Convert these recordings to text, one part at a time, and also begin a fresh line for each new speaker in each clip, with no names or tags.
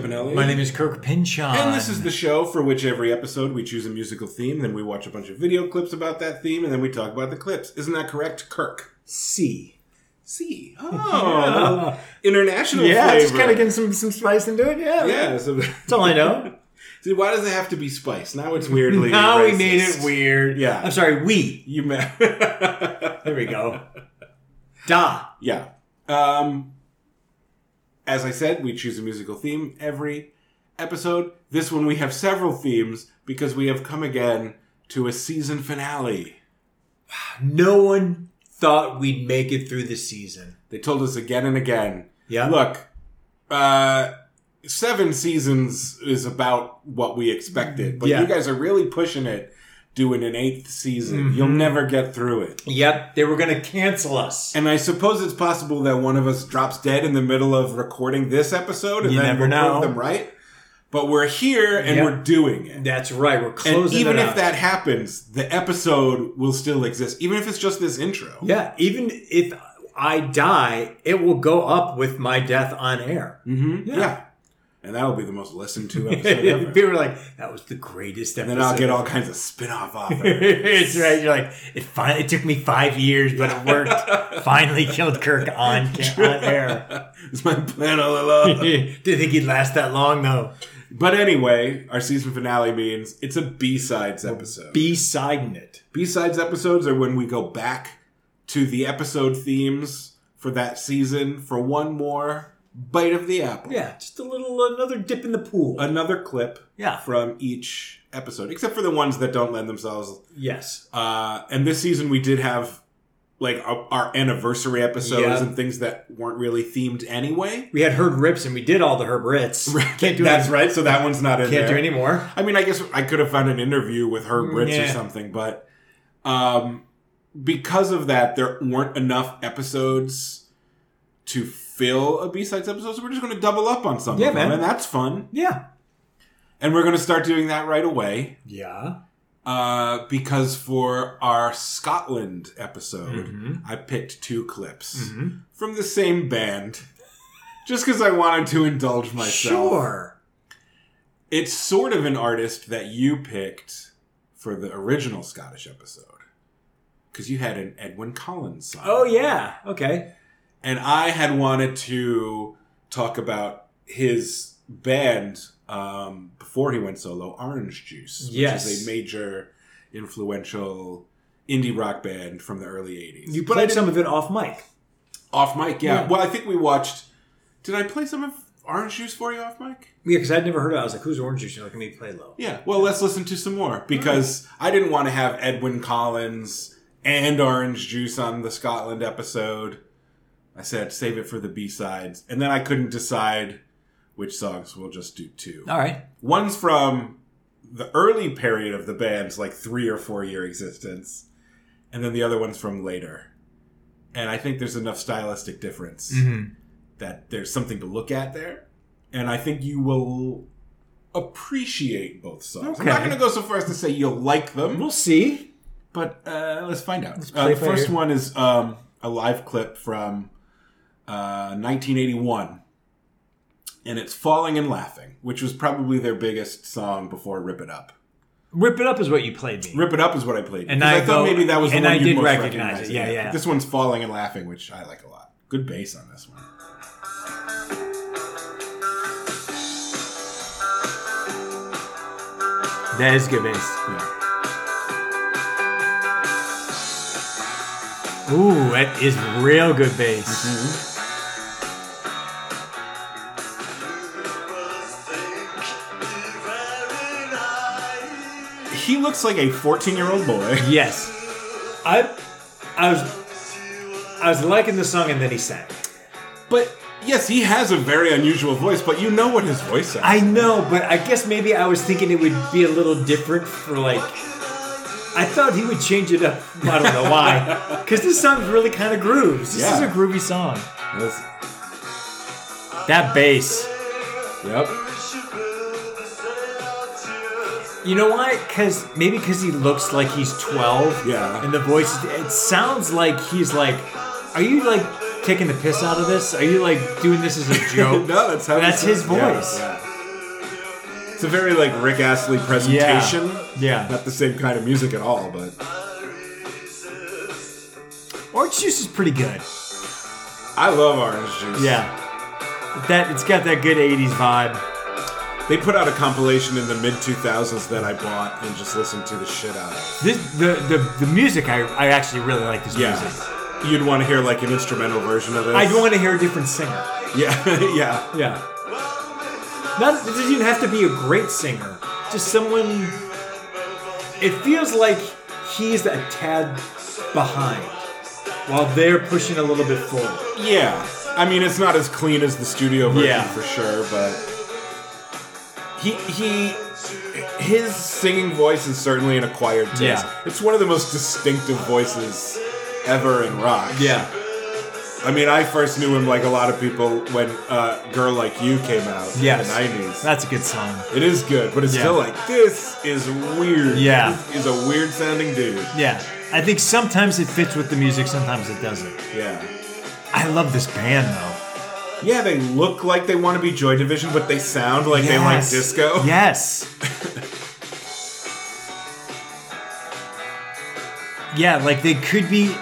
is Kirk Pinchon.
And this is the show for which every episode we choose a musical theme, then we watch a bunch of video clips about that theme, and then we talk about the clips. Isn't that correct, Kirk?
C.
C. Oh, international
Yeah,
flavor.
just kind of getting some, some spice into it. Yeah.
yeah. So,
That's all I know.
see, why does it have to be spice? Now it's weirdly.
now we
racist.
made it weird.
Yeah.
I'm sorry, we.
You met.
There we go. Da.
Yeah. Um, as I said, we choose a musical theme every episode. This one we have several themes because we have come again to a season finale.
No one thought we'd make it through the season.
They told us again and again.
Yeah.
Look, uh, seven seasons is about what we expected, but
Yeah.
you guys are really pushing it. Doing an eighth season,
Mhm.
you'll never get through it.
Yep, they were going to cancel us.
And I suppose it's possible that one of us drops dead in the middle of recording this episode, and
You
then
never
we'll
know.
prove them right. But we're here and
Yep.
we're doing it.
That's right. We're
And
closing.
even
it
if
up.
that happens, the episode will still exist. Even if it's just this intro.
Yeah, even if I die, it will go up with my death on air.
hmm
Yeah.
Yeah. And that'll be the most listened to episode ever.
People are like, "That was the greatest
and
episode."
then I'll get all kinds of spin-off offers.
it's right. You're like, it finally it took me five years, but it worked. finally killed Kirk on on air.
it's my plan all along.
Didn't think he'd last that long though.
but anyway, our season finale means it's a B-sides episode.
B siding it.
B-sides episodes are when we go back to the episode themes for that season for one more bite of the apple.
Yeah, just a little another dip in the pool.
Another clip
yeah.
from each episode, except for the ones that don't lend themselves.
Yes.
Uh, and this season we did have like our, our anniversary episodes
Yeah.
and things that weren't really themed anyway.
We had Herb Rips and we did all the Herb Ritz. Can't do
That's
any-
right. So that one's not in
Can't
there.
do anymore.
I mean, I guess I could have found an interview with Herb
Mm,
Ritz or
yeah.
something, but um, because of that, there weren't enough episodes to fill a B-sides episode, so we're just going to double up on some
Yeah,
of them,
man.
and that's fun.
Yeah.
And we're going to start doing that right away
Yeah.
uh, because for our Scotland episode,
Mhm.
I picked two clips
Mm-hmm.
from the same band just because I wanted to indulge myself.
Sure.
It's sort of an artist that you picked for the original Scottish episode. Because you had an Edwin Collins song.
Oh yeah. Okay.
And I had wanted to talk about his band um, before he went solo, Orange Juice, which
Yes.
is a major influential indie rock band from the early 80s.
You
But I
played
didn't-
some of it off mic.
Off mic, yeah.
Yeah.
Well, I think we watched. Did I play some of Orange Juice for you off mic?
Yeah, because I'd never heard of it. I was like, who's Orange Juice? You're like, let me play low.
Yeah. Well, let's listen to some more because I didn't want to have Edwin Collins and Orange Juice on the Scotland episode. I said save it for the B sides, and then I couldn't decide which songs. We'll just do two.
All right.
One's from the early period of the band's like three or four year existence, and then the other one's from later. And I think there's enough stylistic difference.
Mm-hmm.
that there's something to look at there. And I think you will appreciate both songs. I'm not
Okay.
going to go so far as to say you'll like them,
We'll see.
but uh, let's find out.
Let's
uh,
play
the
by
first
ear.
one is um, a live clip from uh, 1981. And it's Falling and Laughing, which was probably their biggest song before Rip It Up.
Rip it up is what you played me.
Rip It Up is what I played.
And
because
I
I, thought
go-
maybe that was the
and
one
I
you
did
most
recognize
recognized.
it. Yeah, yeah.
This one's Falling and Laughing, which I like a lot. Good bass on this one.
That is good bass.
Yeah.
Ooh, that is real good bass.
He looks like a 14 year old boy.
Yes. I I was I was liking the song and then he sang.
But yes, he has a very unusual voice, but you know what his voice sounds.
I know, but I guess maybe I was thinking it would be a little different for like I thought he would change it up. I don't know why. Because this song's really kind of grooves. This is
Yeah.
a groovy song.
That's-
That bass.
yep.
You know why? Because maybe because he looks like he's twelve.
Yeah.
And the voice, it sounds like he's like, are you like taking the piss out of this? Are you like doing this as a joke?
no, that's how
That's
he sounds.
his voice.
Yeah, yeah. It's a very like Rick Astley presentation.
Yeah.
Not the same kind of music at all, but
Orange juice is pretty good.
I love Orange Juice.
Yeah. That it's got that good 80s vibe.
They put out a compilation in the mid 2000s that I bought and just listened to the shit out of.
This the the, the music I, I actually really like this
Yeah.
music.
You'd want to hear like an instrumental version of this.
I want to hear a different singer.
Yeah, yeah.
Yeah. Not, it doesn't even have to be a great singer. Just someone. It feels like he's a tad behind, while they're pushing a little bit forward.
Yeah. I mean, it's not as clean as the studio version
Yeah.
for sure, but he he his singing voice is certainly an acquired taste.
Yeah.
It's one of the most distinctive voices ever in rock. I mean, I first knew him like a lot of people when uh, "Girl Like You" came out
Yes.
in the '90s.
That's a good song.
it is good, but it's
Yeah.
still like this is weird.
Yeah.
this is a weird sounding dude.
Yeah. I think sometimes it fits with the music, sometimes it doesn't.
Yeah,
I love this band though.
yeah. They look like they want to be Joy Division, but they sound like they like
Yes.
disco.
Yes. yeah, like they could be.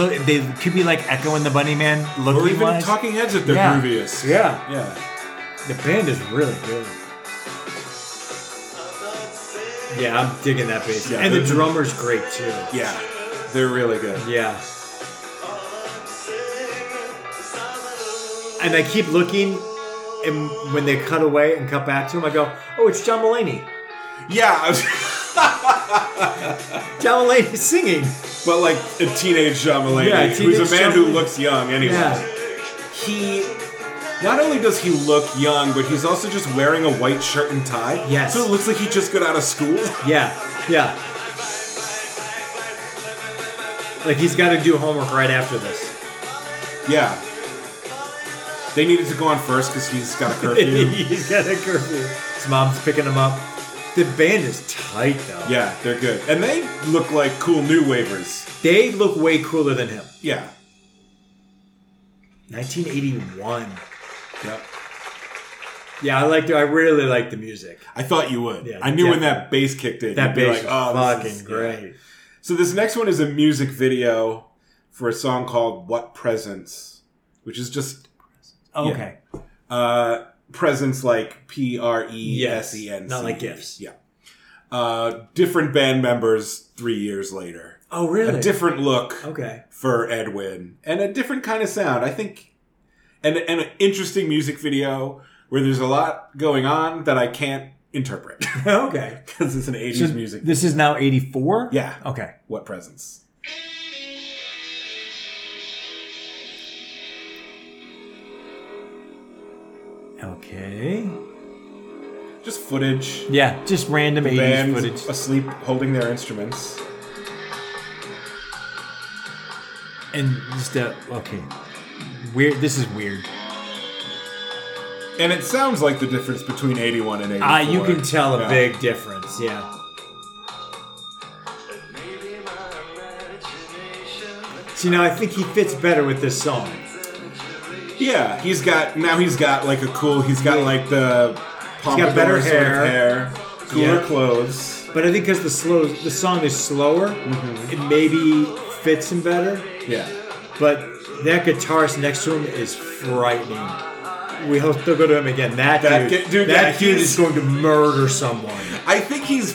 look- They could be like Echo and the Bunnyman looking
Or even
wise.
Talking Heads at their
Yeah.
grooviest.
Yeah.
Yeah.
The band is really good. Yeah, I'm digging that bass.
Yeah,
and the
they're-
drummer's great too.
Yeah. They're really good.
Yeah. And I keep looking, and when they cut away and cut back to him, I go, "Oh, it's John Mulaney.
Yeah. I was-
John Mulaney singing."
but like a teenage John Mulaney,
Yeah,
who's
teenage
a man
John
who
Mulaney.
looks young anyway.
Yeah.
He not only does he look young, but he's also just wearing a white shirt and tie.
Yes.
So it looks like he just got out of school.
Yeah. Yeah. Like he's got to do homework right after this.
Yeah. They needed to go on first because he's got a curfew.
he's got a curfew. His mom's picking him up. The band is tight though.
yeah, they're good. And they look like cool new waivers.
They look way cooler than him.
Yeah.
1981.
Yep.
Yeah, I like. I really like the music.
I thought you would.
Yeah,
I knew when
definitely.
that bass kicked in,
That
you'd be like,
bass is
"Oh, this
fucking
is-
great.
So this next one is a music video for a song called "What Presence," which is just
Okay.
uh, presence like P R E S E N,
Yes, not like gifts.
Yeah. Uh, different band members three years later.
Oh, really?
A different look
okay.
for Edwin and a different kind of sound. I think, and and an interesting music video where there's a lot going on that I can't interpret
okay.
because it's an '80s
So
music.
This is now 84?
yeah.
Okay.
What presence?
Okay.
Just footage.
Yeah, just random 80s
band
footage.
asleep holding their instruments.
And just a. Okay. Weird. This is weird.
And it sounds like the difference between 81 and 84.
Ah, you can tell a
Yeah.
big difference. Yeah. So, you know, I think he fits better with this song.
Yeah, he's got now he's got like a cool he's got like the pompadour
better
sort of
hair.
hair, cooler
Yeah.
clothes.
But I think because the slow, the song is slower,
Mm-hmm.
it maybe fits him better.
Yeah.
But that guitarist next to him is frightening. We hope they'll go to him again. That,
That
dude,
ki- dude,
that
yeah,
dude
he's-
is going to murder someone.
I think he's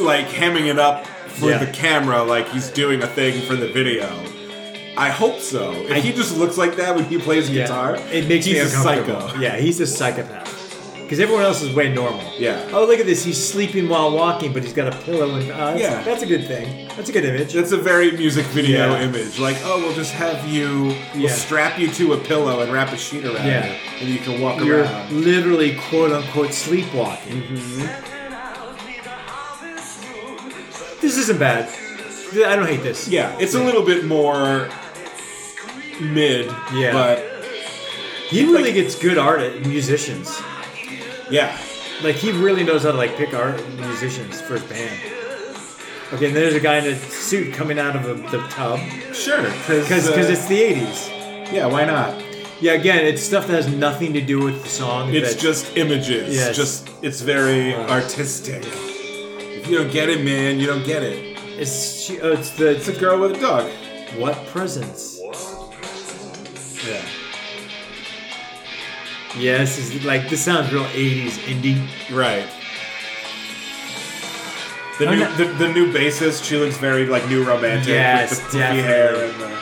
like hemming it up for
Yeah.
the camera like he's doing a thing for the video. I hope so. If
I-
he just looks like that when he plays
Yeah.
guitar,
It makes
he's
me
a
uncomfortable.
psycho.
Yeah, he's a psychopath. Because everyone else is way normal.
Yeah.
Oh, look at this. He's sleeping while walking, but he's got a pillow and uh,
Yeah.
yeah. That's a good thing. That's a good image.
That's a very music video
Yeah.
image. Like, oh, we'll just have you, we'll
Yeah.
strap you to a pillow and wrap a sheet around
Yeah.
you, and you can walk
You're
around.
literally quote unquote sleepwalking. This isn't bad. I don't hate this.
Yeah, it's a little bit more mid,
Yeah.
but
He really
Like-
gets good art at musicians.
yeah,
Like he really knows how to like pick art musicians for his band. Okay, and there's a guy in a suit coming out of a, the tub
sure,
because
uh,
it's the '80s.
yeah, why not?
Yeah, again, it's stuff that has nothing to do with the song.
It's
that-
just images.
Yes.
Just it's very artistic. If you don't get it, man, you don't get it.
it's she, oh, it's the
It's a girl with a dog.
what presence?
Yeah.
Yes, it's like this sounds real '80s indie.
Right. The
I'm
new
not-
the, the new bassist, she looks very like new romantic.
Yes,
with the poofy hair and
definitely.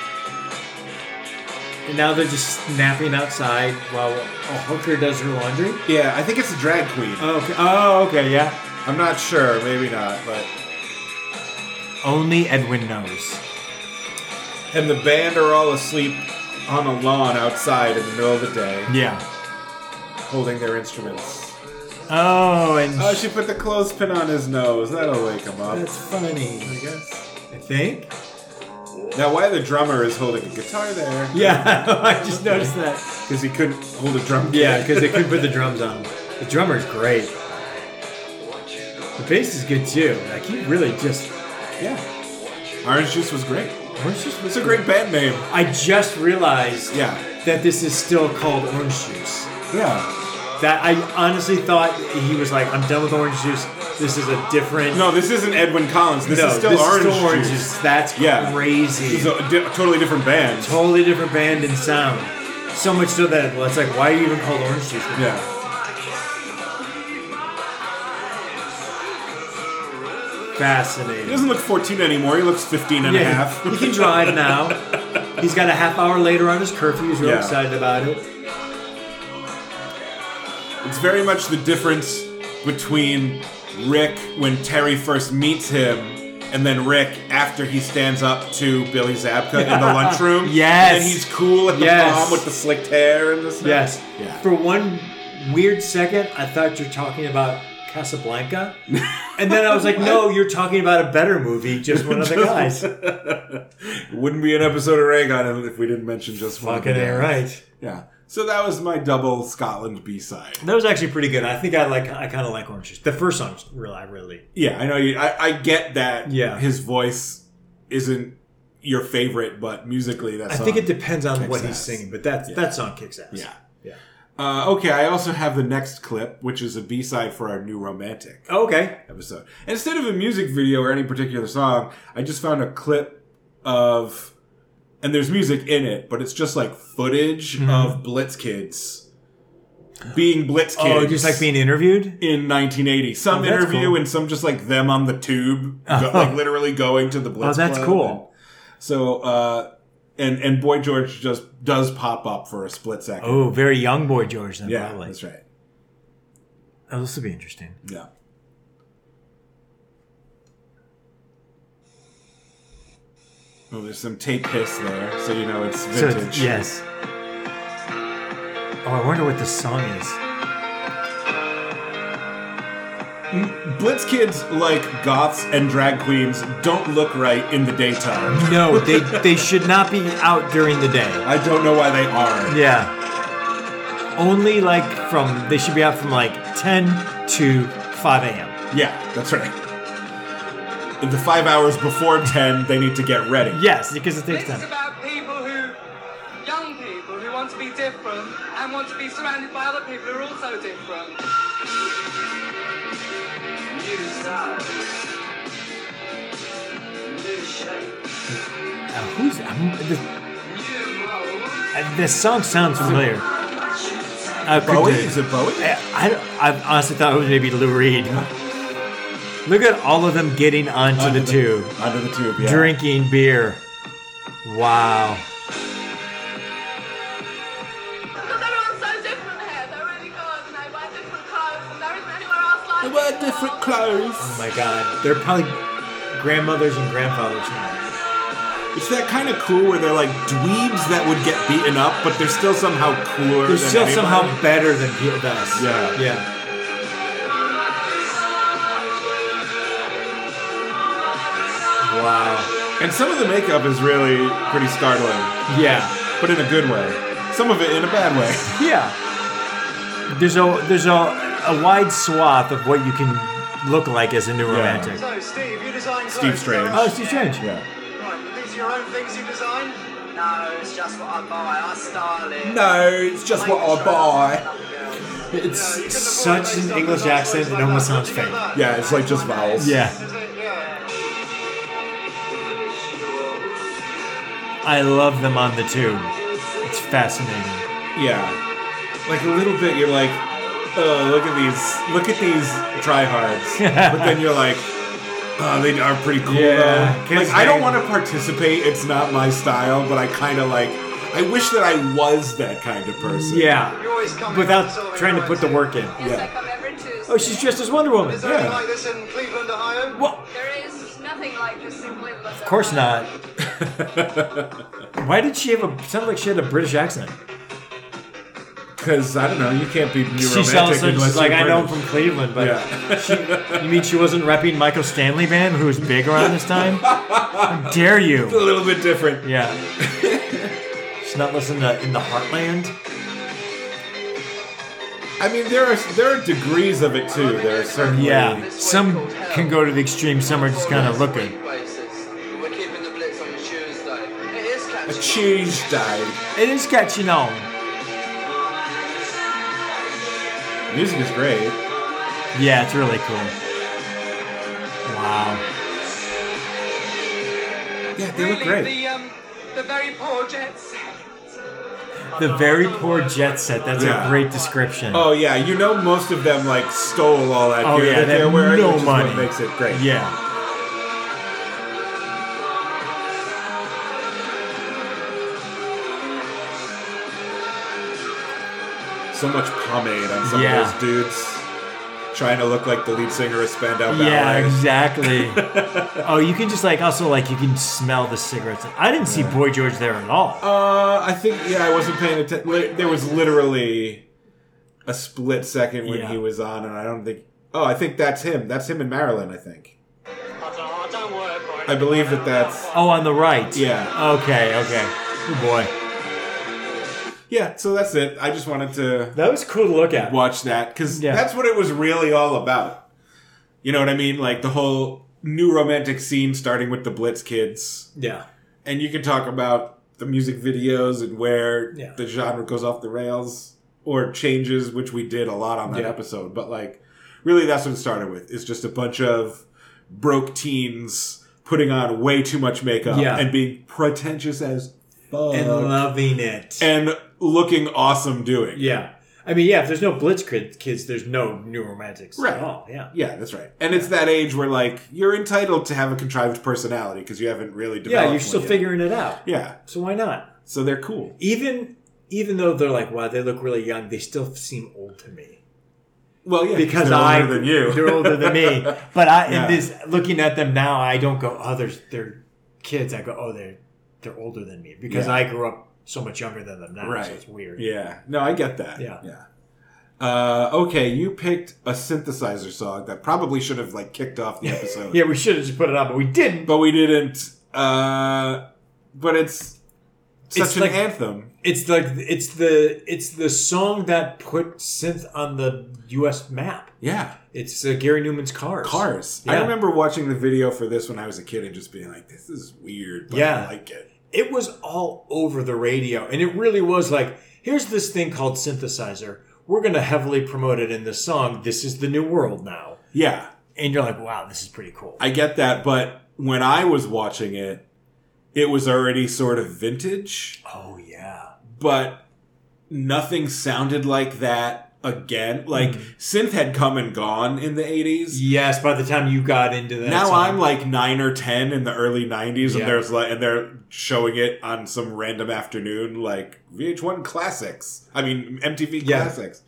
the,
And now they're just snapping outside while a hooker does her laundry.
Yeah, I think it's a drag queen.
Oh, okay. Oh, okay. Yeah.
I'm not sure, maybe not, but
Only Edwin knows.
and the band are all asleep on a lawn outside in the middle of the day,
Yeah.
holding their instruments.
Oh, and
Oh, she put the clothespin on his nose. That'll wake him up.
that's funny.
I guess.
I think.
Now, why the drummer is holding a guitar there?
Yeah, I just noticed that.
because he couldn't hold a drum.
Yeah, because they couldn't put the drums on. The drummer's great. The bass is good too. Like he really just.
yeah. Orange Juice was great.
Orange juice was
It's a great band name.
I just realized
Yeah.
that this is still called orange juice.
Yeah.
That I honestly thought he was like, I'm done with orange juice. This is a different.
No, this isn't Edwin Collins. This
No,
is still
this
Orange
is still orange
Juice.
juice. That's
Yeah.
crazy.
This is a di- totally different band.
totally different band and sound. So much so that well, it's like, why are you even called orange juice?
yeah.
Fascinating.
He doesn't look 14 anymore. He looks 15 and a
yeah,
half.
he can drive now. He's got a half hour later on his curfew. He's real
Yeah.
excited about it.
It's very much the difference between Rick when Terry first meets him and then Rick after he stands up to Billy Zabka in the lunchroom.
Yes.
And then he's cool at the
Yes.
prom with the slicked hair and the stuff.
Yes.
Yeah.
For one weird second, I thought you're talking about Casablanca, and then I was like, no, you're talking about a better movie, just one of the guys.
It wouldn't be an episode of Raygun if we didn't mention just one. of the
Fucking
guys.
ain't right.
Yeah. So that was my double Scotland B side.
That was actually pretty good. I think I like. I kind of like Orange Juice. The first song, really, I really.
Yeah, I know you. I, I get that.
Yeah.
His voice isn't your favorite, but musically, that's.
I think it depends on what
kicks
he's
ass.
singing, but that that song kicks ass.
Yeah.
Yeah.
Uh, okay, I also have the next clip, which is a B side for our new romantic
Okay.
episode. And instead of a music video or any particular song, I just found a clip of, and there's music in it, but it's just like footage
Mm-hmm.
of Blitz Kids being Blitz Kids.
Oh, just like being interviewed.
in 1980, some
Oh, that's
interview
cool.
and some just like them on the tube, go- like literally going to the Blitz.
Oh, that's
Club.
cool.
So, uh, and and Boy George just does pop up for a split second.
Oh, very young boy George. Then
yeah,
probably.
that's right.
Oh, this will be interesting.
Yeah. Oh, there's some tape piss there, so you know it's
So
vintage.
it's, yes. Oh, I wonder what this song is.
Blitz kids like goths and drag queens don't look right in the daytime.
No, they they should not be out during the day.
I don't know why they are.
Yeah. Only like from they should be out from like 10 to 5 a.m.
Yeah, that's right. In the five hours before ten, they need to get ready.
Yes, because it takes
This is
time.
about people who, young people who want to be different and want to be surrounded by other people who are also different. New style. New shape.
Uh, who's I'm, the,
New role.
uh, this song sounds familiar. Uh, could
Bowie?
be-
Is it Bowie?
I, I, I honestly thought it was maybe Lou Reed. Look at all of them getting onto
Under
the tube,
Under the tube, yeah.
drinking beer. Wow.
Because everyone's so different here. They're really good and they wear different clothes and there isn't anywhere else like
They
it.
wear different clothes.
Oh my god. They're probably grandmothers and grandfathers now.
It's that kind of cool where they're like dweebs that would get beaten up, but they're still somehow cooler.
They're
than
still
anybody.
somehow better than people us.
Yeah.
Yeah. Wow.
And some of the makeup is really pretty startling,
Yeah.
but in a good way. Some of it in a bad way.
Yeah. There's a there's a, a wide swath of what you can look like as a new romantic.
So, Steve, you design clothes.
Strange.
Oh, it's strange.
Yeah.
Right, but these are your own things you design?
No, it's just what I buy. I style it.
No, it's just what I buy.
It's such an English accent, it almost sounds fake.
Yeah, it's like just vowels.
Yeah. I love them on the tube. It's fascinating.
Yeah. Like a little bit, you're like, oh, look at these, look at these tryhards. but then you're like, oh, they are pretty cool.
Yeah,
though.
can't
Like, I don't
stand-
want to participate. It's not my style, but I kind of like, I wish that I was that kind of person.
Yeah.
You always come
Without trying to put the work in.
Yes,
Yeah.
I come every Tuesday.
Oh, she's dressed as Wonder Woman.
Is there anything like this in Cleveland, Ohio?
Well,
There is nothing like this in Cleveland.
of course not. Why did she have a sound like she had a British accent?
Because, I don't know, you can't be new
She
romantic
sounds like,
unless
like
you're
I know I'm
British.
from Cleveland, but
Yeah.
you mean she wasn't repping Michael Stanley band, who was big around this time? How dare
a
you?
little bit different.
Yeah. She's not listening to In the Heartland.
I mean, there are there are degrees of it too. There are certainly.
Yeah. Some can go to the extreme, some are just kind of look good.
We're keeping the blitz on a Tuesday. It is
A
catching on.
cheese died.
It is catching on.
Music is great.
Yeah, it's really cool. Wow.
Yeah, they
Really,
look great.
The, um, the very poor jet set.
The very poor jet set. That's
Yeah.
a great description.
Oh yeah, you know most of them like stole all that
Oh,
gear
yeah,
that
they
they're
have
wearing,
no
which is
money.
what makes it great.
Yeah.
So much pomade on some
Yeah.
of those dudes, trying to look like the lead singer of Spandau Ballet.
Yeah, exactly. oh, you can just like also like you can smell the cigarettes. I didn't see Boy George there at all.
Uh, I think yeah, I wasn't paying attention. There was literally a split second when
Yeah.
he was on, and I don't think. Oh, I think that's him. That's him in Maryland. I think. I believe that that's
Oh, on the right.
Yeah.
Okay. Okay. Oh boy.
yeah. So that's it. I just wanted to
That was cool to look at.
watch that because
Yeah.
that's what it was really all about. You know what I mean? Like the whole new romantic scene starting with the Blitz Kids,
Yeah.
and you can talk about the music videos and where
Yeah.
the genre goes off the rails or changes, which we did a lot on that
Yeah.
episode. But like, really, that's what it started with. It's just a bunch of broke teens putting on way too much makeup
Yeah.
and being pretentious as fuck
And
and,
loving it.
looking awesome doing.
yeah. I mean, yeah. If there's no Blitz Kid- kids, there's no new romantics
Right.
at all. Yeah.
Yeah, that's right. And it's that age where like you're entitled to have a contrived personality because you haven't really developed.
Yeah. You're
one
still
yet.
figuring it out.
Yeah,
So why not?
so they're cool.
Even even though they're like, wow, they look really young, they still seem old to me.
Well, yeah,
because
they're
I
older than you.
they're older than me. But I
Yeah.
in this looking at them now, I don't go oh they're, they're kids. I go oh they're they're older than me because
Yeah.
I grew up so much younger than them now.
right.
So it's weird.
Yeah. No, I get that.
Yeah.
Yeah. Uh, okay, you picked a synthesizer song that probably should have like kicked off the episode.
Yeah, we should have just put it on, but we didn't.
But we didn't. Uh, but it's such
It's
an
like-
anthem.
It's like it's the it's the song that put synth on the U.S. map.
Yeah.
It's uh, Gary Newman's Cars.
Cars. I
Yeah.
remember watching the video for this when I was a kid and just being like, "This is weird." But
Yeah.
I like it.
it was all over the radio and it really was like here's this thing called synthesizer we're going to heavily promote it in this song this is the new world now
Yeah.
and you're like wow this is pretty cool
I get that, but when I was watching it, it was already sort of vintage,
oh yeah
but nothing sounded like that again. Like
Mm.
synth had come and gone in the 80s.
yes by the time you got into that
now
song-
I'm like 9 or 10 in the early 90s
Yeah.
and there's like and they're showing it on some random afternoon like VH1 classics. I mean MTV
Yeah.
classics.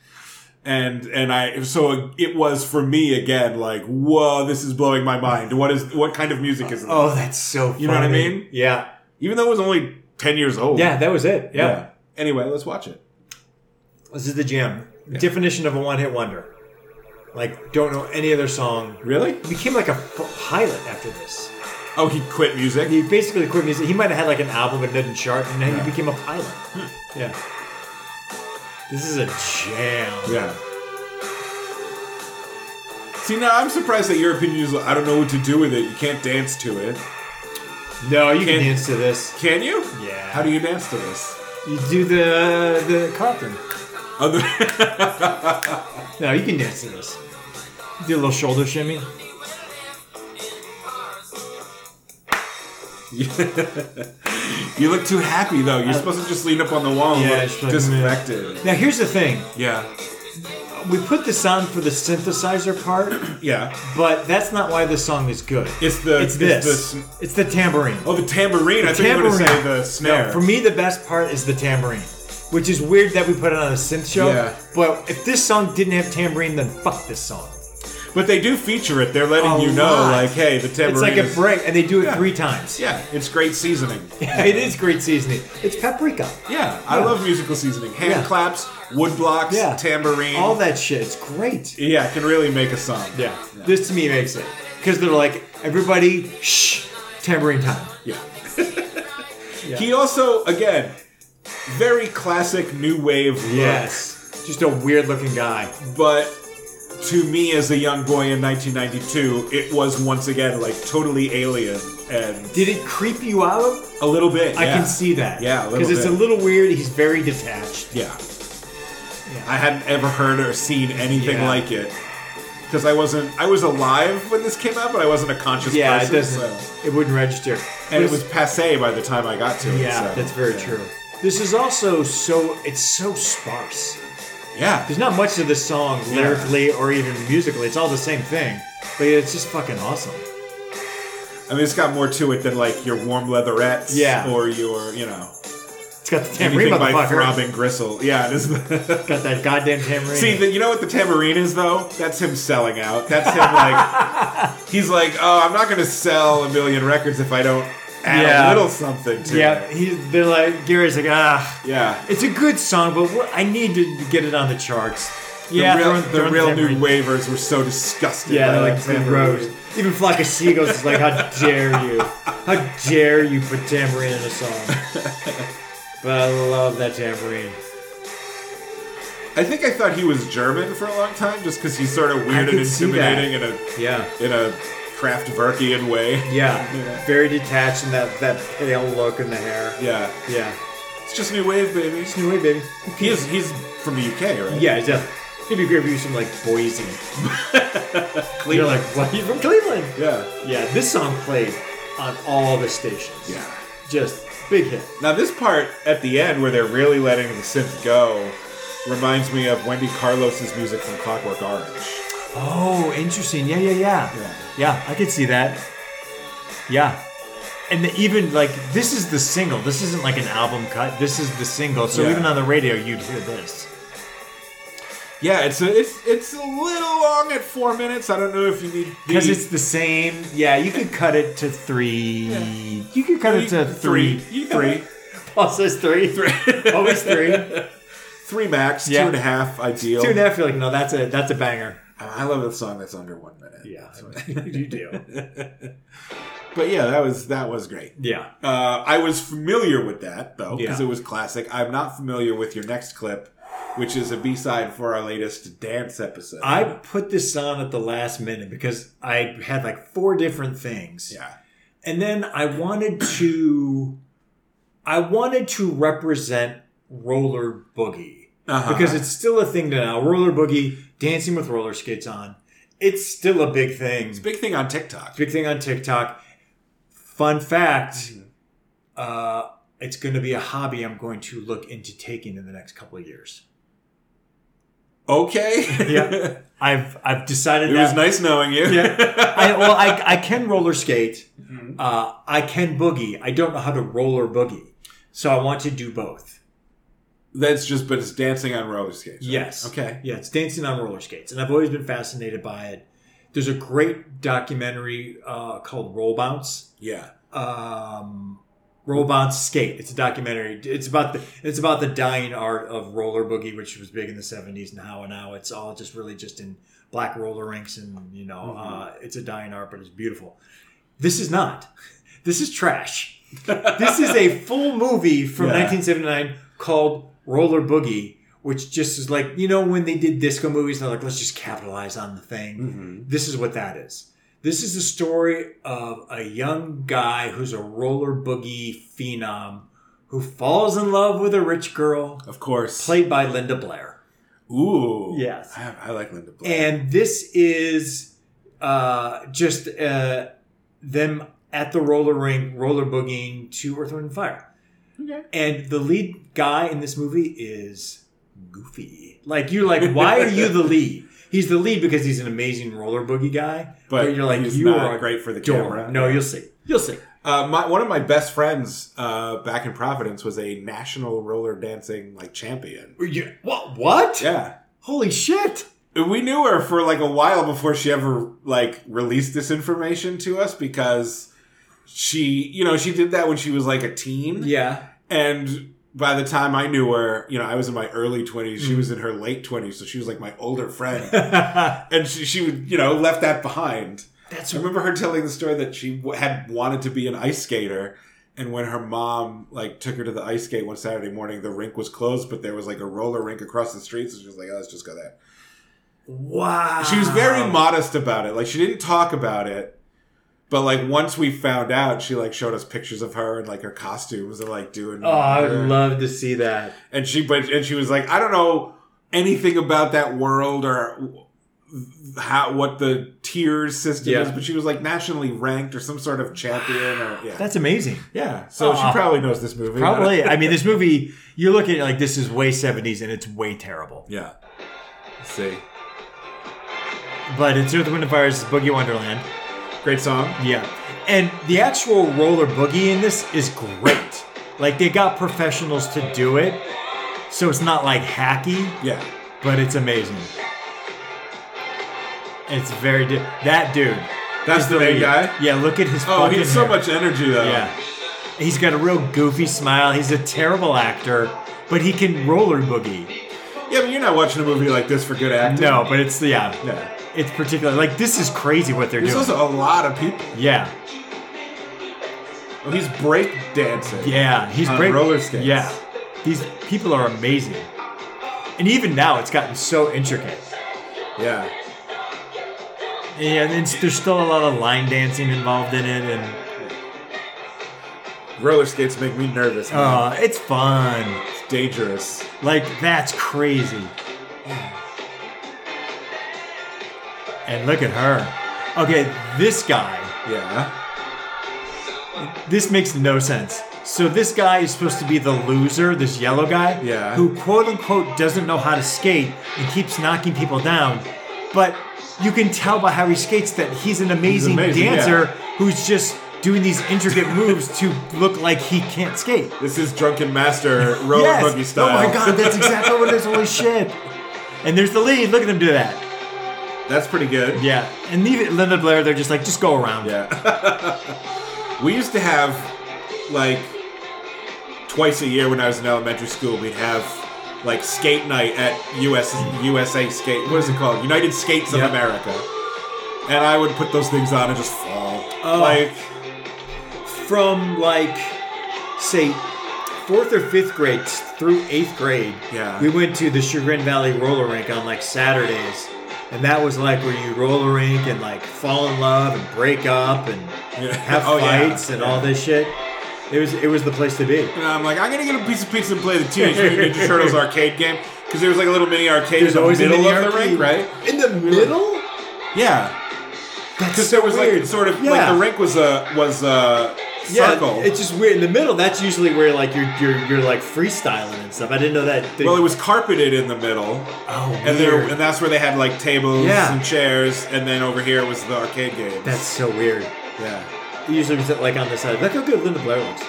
And and I so it was for me again like whoa this is blowing my mind. What is what kind of music is this?
oh that's so
You know what I
funny.
mean?
yeah
even though it was only 10 years old.
yeah that was it yeah,
Anyway, let's watch it.
this is the jam definition of a one-hit wonder like don't know any other song
Really?
He became like a f- pilot after this
Oh, he quit music?
He basically quit music. He might have had like an album and didn't chart, and then he became a pilot.
Hmm.
Yeah. This is a jam.
yeah. See, now I'm surprised that your opinion is I don't know what to do with it. You can't dance to it.
No, you can
Can-
dance to this.
Can you?
Yeah.
How do you dance to this?
You do the the Carlton.
Other
No, you can dance to this. Do a little shoulder shimmy.
you look too happy though. You're supposed to just lean up on the wall and
Uh, Yeah,
look
it's like,
disaffected.
Now here's the thing.
Yeah,
We put this on for the synthesizer part,
yeah.
but that's not why this song is good.
It's the
it's
it's
this.
the-
it's the tambourine.
oh, the tambourine. I thought you were going to say the snare.
No, for me, the best part is the tambourine, which is weird that we put it on a synth show.
Yeah.
But if this song didn't have tambourine, then fuck this song.
but they do feature it. They're letting
A
you know,
lot.
like, hey, the tambourine.
It's like a
is-
break, and they do it
Yeah.
three times.
Yeah, it's great seasoning.
it is great seasoning. It's paprika.
Yeah, I
Yeah.
love musical seasoning. Hand
Yeah.
claps, wood blocks,
Yeah.
tambourine.
All that shit. It's great.
Yeah, it can really make a song.
This to me makes it because they're like everybody shh tambourine time.
Yeah.
Yeah.
He also, again, very classic new wave look,
Yes. Just a weird looking guy.
but to me as a young boy in 1992, it was once again like totally alien and
Did it creep you out?
a little bit.
I
yeah.
can see that.
Yeah, a little
because it's a
bit.
little weird. He's very detached.
Yeah.
Yeah.
I hadn't ever heard or seen anything
Yeah.
like it. Because I wasn't, I was alive when this came out, but I wasn't a conscious
yeah, it
person.
doesn't.
so-
It wouldn't register.
And it
This-
was passe by the time I got to it.
Yeah,
so,
that's very
yeah.
true. This is also so. It's so sparse.
Yeah.
There's not much to the song
Yeah.
lyrically or even musically. It's all the same thing, but it's just fucking awesome.
I mean, it's got more to it than like your warm leatherettes,
Yeah.
or your you know
It's got the tambourine,
anything by
motherfucker.
throbbing gristle. Yeah, it is.
Got that goddamn tambourine.
See, the, you know what the tambourine is though? That's him selling out. That's him like he's like, oh, I'm not gonna sell a million records if I don't add a
Yeah.
little something to
Yeah,
it.
he, they're like Gary's like ah,
Yeah,
it's a good song, but what, I need to get it on the charts. Yeah,
the real,
throwing-
the
throwing
real new
tambourine.
waivers were so disgusted.
Yeah,
by,
they're like
that
the
tambourine.
roast. Even flock of seagulls is like, how dare you? How dare you put tambourine in a song? But I love that tambourine.
I think I thought he was German for a long time, just because he's sort of weird and
could see that.
intimidating in a
Yeah.
in a Kraftwerkian way.
Yeah, very detached and that, that pale look in the hair.
Yeah,
Yeah.
it's just new wave, baby.
New way, baby.
He is, he's from the UK, right?
Yeah, it's definitely. It'd be great if you were from like Boise. You're like, what? You're from Cleveland?
Yeah.
Yeah, this song played on all the stations.
Yeah.
Just big hit.
Now, this part at the end where they're really letting the synth go reminds me of Wendy Carlos's music from Clockwork Orange.
Oh, interesting. Yeah, yeah, yeah.
Yeah.
I could see that. Yeah. And the, even like, this is the single. This isn't like an album cut. This is the single. So
Yeah.
even on the radio, you'd hear this.
Yeah, it's a, it's it's a little long at four minutes. I don't know if you need
Because it's the same. Yeah, you could cut it to three. You could cut it to three.
You three,
Paul says three. Always three.
three max,
Yeah.
two and a half ideal.
Two and a half. You're like, no, that's a that's a banger.
I love a song that's under one minute.
you do.
but yeah, that was that was great.
Yeah.
Uh, I was familiar with that though because
Yeah.
it was classic. I'm not familiar with your next clip, which is a B-side for our latest dance episode.
I put this on at the last minute because I had like four different things.
yeah
And then I wanted to I wanted to represent roller boogie.
Uh-huh.
Because it's still a thing now. Roller boogie, dancing with roller skates on. It's still a big thing.
big thing on TikTok.
Big thing on TikTok. Fun fact.
Mm-hmm.
Uh it's going to be a hobby I'm going to look into taking in the next couple of years.
Okay.
Yeah. I've I've decided
it was
that
nice knowing you.
yeah. I, well, I, I can roller skate. Uh, I can boogie. I don't know how to roller boogie. So I want to do both.
That's just, but it's dancing on roller skates. right?
Yes.
Okay.
Yeah, it's dancing on roller skates. And I've always been fascinated by it. There's a great documentary uh, called Roll Bounce.
Yeah.
Um, roll Bounce Skate. It's a documentary. It's about the it's about the dying art of roller boogie, which was big in the 70s and how and now it's all just really just in black roller rinks and you know uh, it's a dying art, but it's beautiful. This is not. This is trash. this is a full movie from
Yeah.
1979 called Roller Boogie, which just is
Mm-hmm.
Mm-hmm. like, you know, when they did disco movies, they're like, let's just capitalize on the thing. This is what that is. This is the story of a young guy who's a roller boogie phenom who falls in love with a rich girl
Of course.
played by Linda Blair.
Ooh.
Yes.
I, I like Linda Blair.
And this is uh, just uh, them at the roller rink, roller boogieing to Earth, Wind, and Fire.
okay.
And the lead guy in this movie is goofy. Like, you're like, why are you the lead? He's the lead because he's an amazing roller boogie guy. But,
But
you're like,
he's
you
not
are a
great for the
dork."
camera.
No, you'll see. You'll see.
Uh, my, one of my best friends uh, back in Providence was a national roller dancing like champion.
You- what? What?
Yeah.
Holy shit!
We knew her for like a while before she ever like released this information to us because she, you know, she did that when she was like a teen.
Yeah.
And by the time I knew her, you know, I was in my early 20s. She was in her late 20s. So she was like my older friend.
That's
and she, she would, you know, left that behind. I
remember.
remember her telling the story that she w- had wanted to be an ice skater. And when her mom like took her to the ice skate one Saturday morning, the rink was closed, but there was like a roller rink across the street. So she was like, oh, let's just go there.
Wow.
She was very modest about it. Like she didn't talk about it. But like once we found out, she like showed us pictures of her and like her costumes and like doing.
Oh, I
her-
would love to see that.
and she but and she was like i don't know anything about that world or how what the tiers system
Yeah.
is but she was like nationally ranked or some sort of champion or yeah
That's amazing.
yeah so she
Aw.
probably knows this movie
Probably. I mean, this movie, you're looking at it like this is way 70s and it's way terrible.
yeah Let's see
But it's Earth, Wind, and Fire's Boogie Wonderland.
great song
Yeah. And the actual roller boogie in this is great. Like, they got professionals to do it. So it's not like hacky,
yeah
but it's amazing. It's very. Di- that dude.
That's
is
the main
lead.
guy?
Yeah, look at his
oh he
fucking
has so
hair.
much energy though
Yeah. He's got a real goofy smile. He's a terrible actor, but he can roller boogie.
yeah but you're not watching a movie like this for good acting
No, but it's yeah,
yeah
it's particular. Like this is crazy what they're
there's
doing.
also a lot of people
yeah,
oh, he's break dancing
yeah. He's
On
break-
Uh, roller skates.
Yeah, these people are amazing. And even now, it's gotten so intricate.
yeah
And it's, there's still a lot of line dancing involved in it, and
roller skates make me nervous man.
uh, it's fun.
it's dangerous
Like that's crazy. And look at her. Okay, this guy.
yeah
This makes no sense. So this guy is supposed to be the loser, this yellow guy,
Yeah.
who quote unquote doesn't know how to skate and keeps knocking people down. But you can tell by how he skates that he's an amazing,
amazing,
dancer
yeah.
who's just doing these intricate moves to look like he can't skate.
This is Drunken Master roller
Yes!
boogie style.
Oh my god, that's exactly what it is. Holy shit. And there's the lead. Look at him do that.
That's pretty good.
Yeah. And even Linda Blair, they're just like, just go around.
Yeah. we used to have like twice a year when I was in elementary school, we'd have like skate night at US USA skate. What is it called? United Skates of
Yeah.
America. And I would put those things on and just fall.
Oh.
Like
from like say fourth or fifth grade through eighth grade
Yeah.
we went to the chagrin valley roller rink on like saturdays and that was like where you roller rink and like fall in love and break up and
Yeah.
have
Oh, yeah.
fights and all this shit it was it was the place to be
and I'm like, I'm gonna get a piece of pizza and play the Teenage Mutant Ninja Turtles arcade game because there was like a little mini arcade in the middle
mini
of the
arcade.
rink, right?
in the middle
Yeah.
that's
Because there was
weird.
like sort of like
Yeah.
the rink was a was a
yeah,
circle.
it's just weird. In the middle, that's usually where like you're you're, you're like freestyling and stuff. I didn't know that.
well, it was carpeted in the middle,
oh,
and there
weird.
and that's where they had like tables
Yeah.
and chairs, and then over here was the arcade games.
that's so weird.
yeah,
usually we sit like on the side. Look how good Linda Blair looks.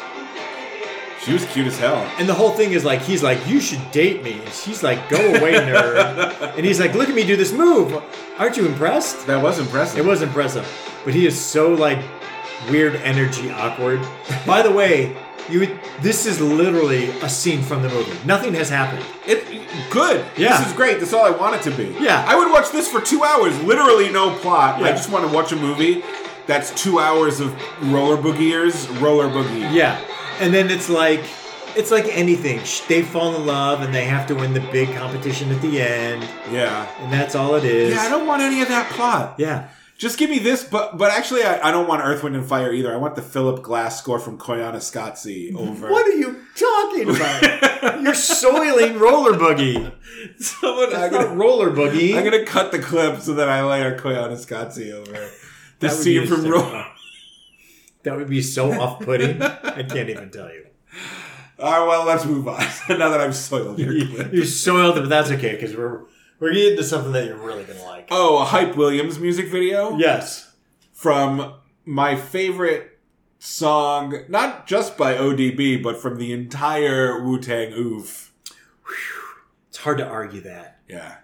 she was cute as hell.
And the whole thing is like he's like, you should date me, and she's like, go away, nerd. and he's like, look at me do this move. Aren't you impressed?
That was impressive.
It was impressive, but he is so like weird energy awkward. By the way, you would, this is literally a scene from the movie. Nothing has happened.
It good.
Yeah.
this is great. That's all I want it to be.
Yeah.
I would watch this for two hours. Literally no plot. I
Yeah.
just want to watch a movie. That's two hours of roller boogiers, roller boogie.
Yeah, and then it's like it's like anything. Sh- They fall in love and they have to win the big competition at the end,
yeah,
and that's all it is.
yeah. I don't want any of that plot.
Yeah.
Just give me this, but but actually, I, I don't want Earth, Wind, and Fire either. I want the Philip Glass score from Koyana Scotzi over.
What are you talking about? You're soiling roller boogie.
Someone,
It's
I'm
not
gonna,
roller boogie.
I'm gonna cut the clip so that I layer Koyana Scotzi over the
That would
scene
be
from
hysterical.
Roll.
That would be so off-putting. I can't even tell you.
All right, well, let's move on. now that I've soiled your
You-
clip.
You're soiled, but that's okay because we're we're getting into something that you're really gonna like.
Oh, a Hype Williams music video
Yes.
from my favorite song, not just by ODB, but from the entire Wu Tang Oof.
It's hard to argue that.
Yeah.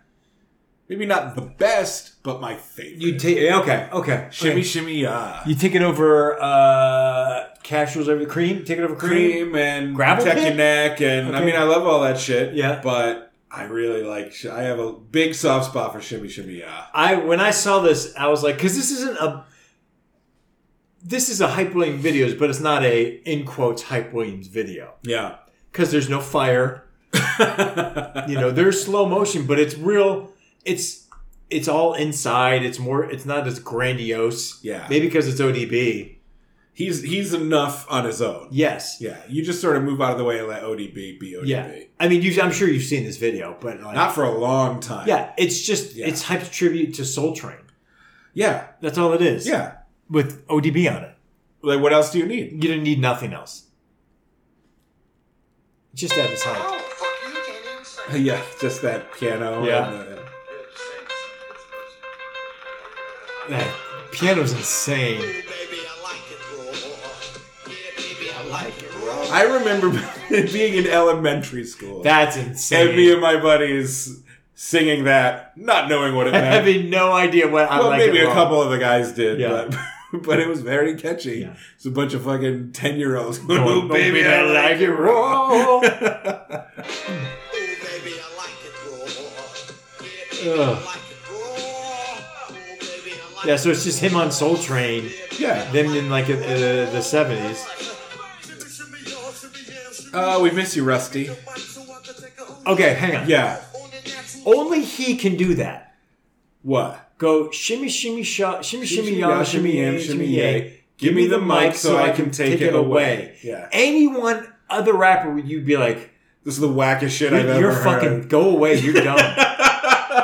Maybe not the best, but my favorite.
You take okay, okay.
Shimmy
okay.
Shimmy Yeah.
You take it over uh cashews over the cream, take it over cream.
Cream and
Gravel
Protect
Pit?
Your Neck. And I
Okay.
mean, I love all that shit.
Yeah.
But I really like, sh- I have a big soft spot for Shimmy Shimmy Yeah.
I when I saw this, I was like, because this isn't a this is a hype Williams videos, but it's not a in quotes hype Williams video
Yeah.
because there's no fire. you know, there's slow motion, but it's real. It's it's all inside. It's more. It's not as grandiose.
Yeah.
maybe because it's ODB.
He's he's enough on his own.
Yes.
Yeah. You just sort of move out of the way and let ODB be ODB.
Yeah. I mean, you, I'm sure you've seen this video, but like,
Not for a long time.
yeah, it's just
Ah. Yeah.
it's hype's tribute to Soul Train.
Yeah.
That's all it is.
Yeah.
with ODB on it.
Like, what else do you need?
You don't need nothing else. Just at his height.
Yeah. Just that piano.
Yeah.
And uh, the,
That piano's insane.
I remember being in elementary school.
That's
and me and
insane.
my buddies singing that, not knowing what it meant.
Having no idea what I
well,
like.
maybe
it
a
wrong.
couple of the guys did,
Yeah.
but but it was very catchy.
Yeah.
It's a bunch of fucking ten year olds going,
Oh,
"Oh, baby, I like it raw."
Yeah, so it's just him on Soul Train,
yeah.
them in like uh, the seventies.
Uh, we miss you, Rusty.
Okay, hang on.
Yeah.
Only he can do that.
What?
Go shimmy, shimmy, sha, shimmy, shimmy, ya,
ya,
shimmy, yam, shimmy, yay.
Give me the mic so I can take it away. Yeah.
Anyone other rapper would you be like,
This is the wackest shit I've
You're,
ever
you're
heard.
fucking go away. You're dumb.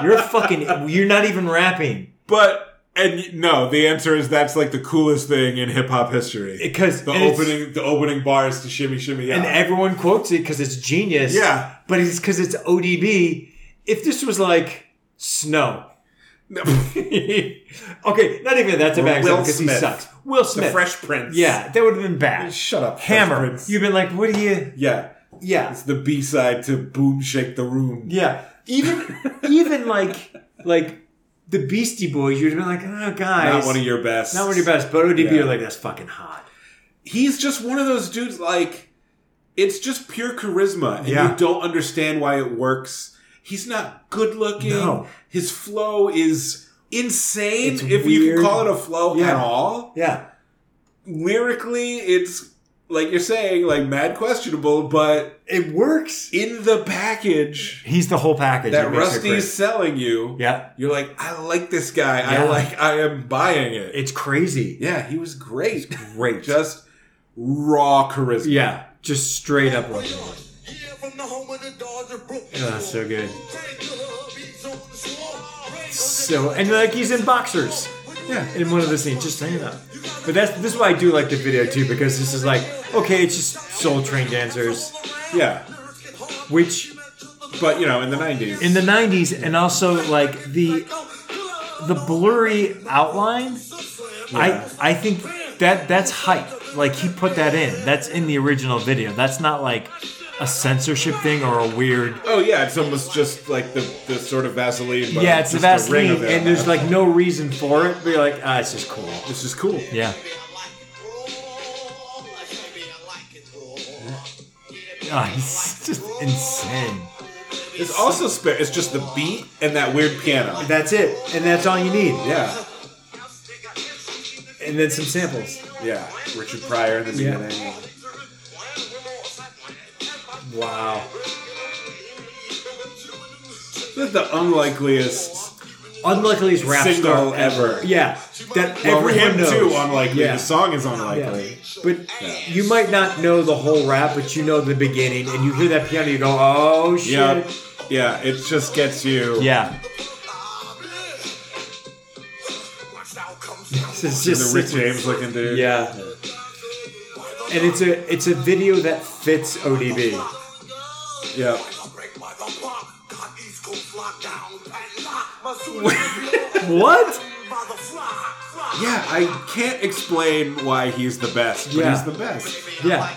you're fucking. You're not even rapping
But and y- no, the answer is that's like the coolest thing in hip hop history.
because
the
and it's-
opening, the opening bars to "Shimmy Shimmy Yeah."
and everyone quotes it because it's genius.
Yeah.
but it's because it's ODB. If this was like snow, okay, not even that's a
Or
bad
Will
example because he
Smith.
sucks. Will
the
Smith,
Fresh Prince.
yeah, that would have been bad.
Shut up, Fresh
Hammer.
Prince.
You've been like, what do you?
Yeah,
Yeah,
it's the B side to "Boom Shake the Room."
yeah. Even even like like the Beastie Boys, you'd have been like, oh guys,
Not one of your best.
not one of your best. But ODB,
Yeah.
are like, that's fucking hot.
He's just one of those dudes. Like, it's just pure charisma, and
Yeah.
you don't understand why it works. He's not good looking.
No.
His flow is insane.
It's
if you
weird.
can call it a flow at
Yeah.
all.
Yeah.
lyrically it's like you're saying like mad questionable but
It works.
in the package
He's the whole package.
that
It makes it great.
rusty's selling you
Yeah.
you're like i like this guy
Yeah.
i like i am buying it
It's crazy.
yeah he was great
Great.
just raw charisma
yeah. Just straight up like
Oh, that's so good.
So, and like he's in boxers.
Yeah.
In one of the scenes, just hanging out. But that's this is why I do like the video too, because this is like, okay, it's just Soul Train dancers,
yeah
which
but you know in the 90s
in the 90s and also like the the blurry outline
Yeah.
i i think that that's hype like he put that in that's in the original video that's not like a censorship thing or a weird
oh yeah it's almost just like the, the sort of vaseline but
yeah it's a
just a ring
vaseline
of it.
and there's like no reason for it but you're like ah it's just cool
it's just cool
yeah ah, he's just insane
it's also spare it's just the beat and that weird piano
that's it and that's all you need
yeah
and then some samples
yeah richard pryor in the
Yeah.
beginning
wow
This is the unlikeliest
unlikely as rap
Single
star
ever.
Yeah, that
Well,
everyone
him
knows.
too, unlikely.
Yeah.
The song is
Yeah.
unlikely.
But you might not know the whole rap, but you know the beginning, and you hear that piano, you go, "Oh shit!"
Yep. Yeah, it just gets you.
Yeah. This is
The
just
Rick James looking dude.
Yeah. And it's a it's a video that fits ODB.
Yep.
What?
Yeah, I can't explain why he's the best, but
Yeah.
he's the best.
Yeah.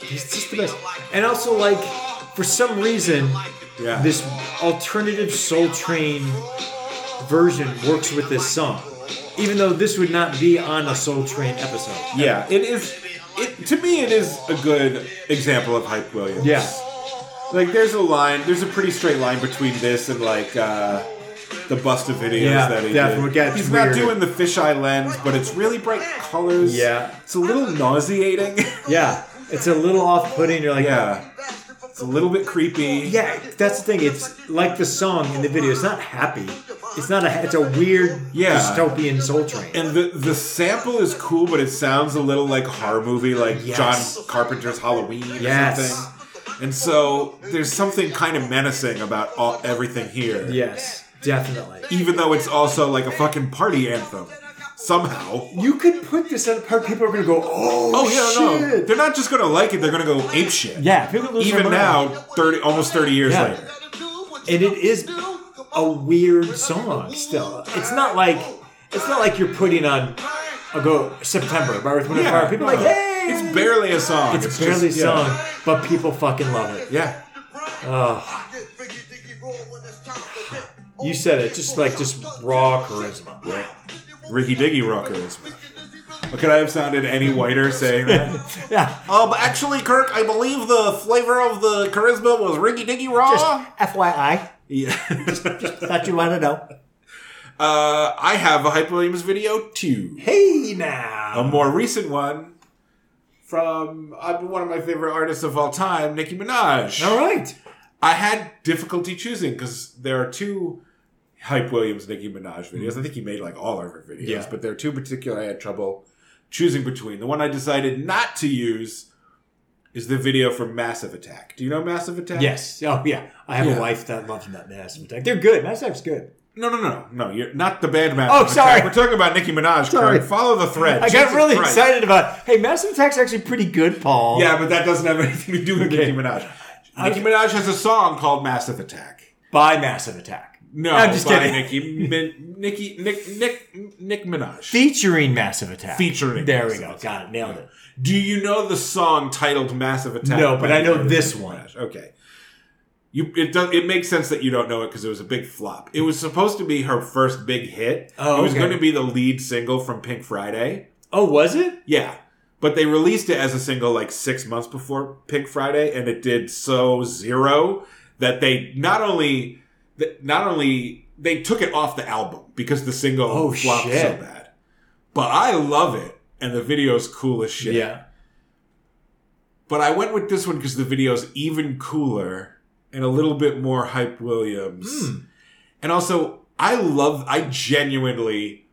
He's just the best. And also, like, for some reason,
Yeah.
this alternative Soul Train version works with this song. Even though this would not be on a Soul Train episode.
Yeah, it is. It, to me, it is a good example of hype Williams.
Yeah.
Like, there's a line. There's a pretty straight line between this and like uh, the Busta videos
Yeah,
that he
that
did.
gets
He's
weird.
not doing the fisheye lens, but it's really bright colors.
Yeah.
It's a little nauseating.
Yeah. It's a little off putting. You're like,
yeah. It's a little bit creepy.
Yeah, that's the thing. It's like the song in the video. It's not happy. It's not a. It's a weird
Yeah.
dystopian Soul Train.
And the the sample is cool, but it sounds a little like horror movie, like
Yes.
John Carpenter's Halloween or
Yes.
something. And so there's something kind of menacing about all, everything here.
yes, definitely.
Even though it's also like a fucking party anthem, somehow.
You could put this at a part. People are gonna go, oh,
Oh yeah, no,
shit.
they're not just gonna like it; they're gonna go ape shit.
Yeah, people lose their
Even
mind.
now, thirty almost thirty years
Yeah.
later.
and it is a weird song still. It's not like it's not like you're putting on. I'll go September by Earth, Wind, and Fire. People are
no.
like, hey,
it's barely a song.
It's, barely
just-
a song,
yeah.
but people fucking love it.
Yeah.
Oh, you said it, just like just raw charisma.
Ricky Diggy Rocker is. Could I have sounded any whiter saying that?
Yeah,
Um, actually, Kirk, I believe the flavor of the charisma was Riggy Diggy Raw.
FYI,
yeah.
thought you wanted to know.
uh, I have a Hype Williams video too.
Hey now,
A more recent one from uh, one of my favorite artists of all time, Nicki Minaj.
all right.
I had difficulty choosing because there are two Hype Williams Nicki Minaj videos. I think he made like all of her videos,
Mm-hmm. Yeah.
but there are two in particular I had trouble choosing between. The one I decided not to use is the video for Massive Attack. Do you know Massive Attack?
Yes. Oh yeah, I have
Yeah.
a wife that loves that Mass Attack. They're good. Mass Attack's good.
No, no, no, no. You're not the band master.
Oh, sorry.
We're talking about Nicki Minaj.
Sorry.
Kirk. Follow the thread.
I got
Jesus
really
Christ.
excited about. Hey, Mass Attack's actually pretty good, Paul.
Yeah, but that doesn't have anything to do with
Okay.
Nicki Minaj. Nicki Minaj has a song called "Massive Attack."
By Massive Attack.
No,
I'm just
by
kidding.
Nicki, Min, Nicki, Nick, Nick, Nick Minaj.
Featuring Massive Attack.
Featuring
There we
Massive
go.
Attack.
Got it. Nailed it.
do you know the song titled "Massive Attack"?
No, but
by
I know
Nicki
this
Minaj?
one.
Okay. You, it does, it makes sense that you don't know it because it was a big flop. It was supposed to be her first big hit.
Oh,
it was
okay.
going to be the lead single from Pink Friday.
Oh, was it?
Yeah. But they released it as a single like six months before Pink Friday, and it did so zero that they not only that not only they took it off the album because the single
Oh,
flopped so
shit.
bad. But I love it, and the video's cool as shit. But I went with this one because the video's even cooler and a little bit more hype Williams.
Hmm.
And also, I love, I genuinely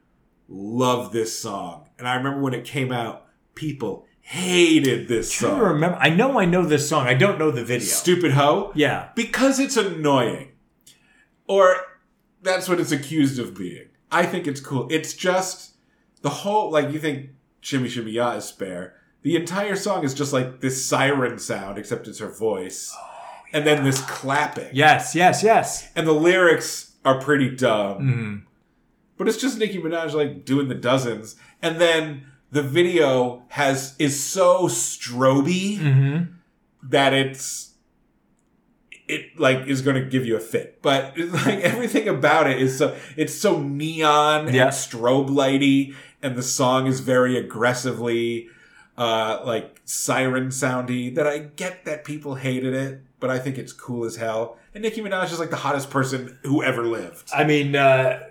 love this song. And I remember when it came out, people hated this
I
song.
remember. I know. I know this song. I don't know the video.
Stupid Hoe?
yeah.
Because it's annoying. Or that's what it's accused of being. I think it's cool. It's just the whole, like, you think Shimmy Shimmy Ya is spare. The entire song is just like this siren sound, except it's her voice.
Oh,
And then this clapping.
Yes. Yes. Yes.
And the lyrics are pretty dumb.
Mm-hmm.
But it's just Nicki Minaj like doing the dozens. And then the video has is so stroby
Mm-hmm.
that it's it like is going to give you a fit. But like everything about it is so it's so neon
Yeah.
and strobe lighty, and the song is very aggressively uh like siren soundy. That I get that people hated it, but I think it's cool as hell. And Nicki Minaj is like the hottest person who ever lived.
I mean, uh,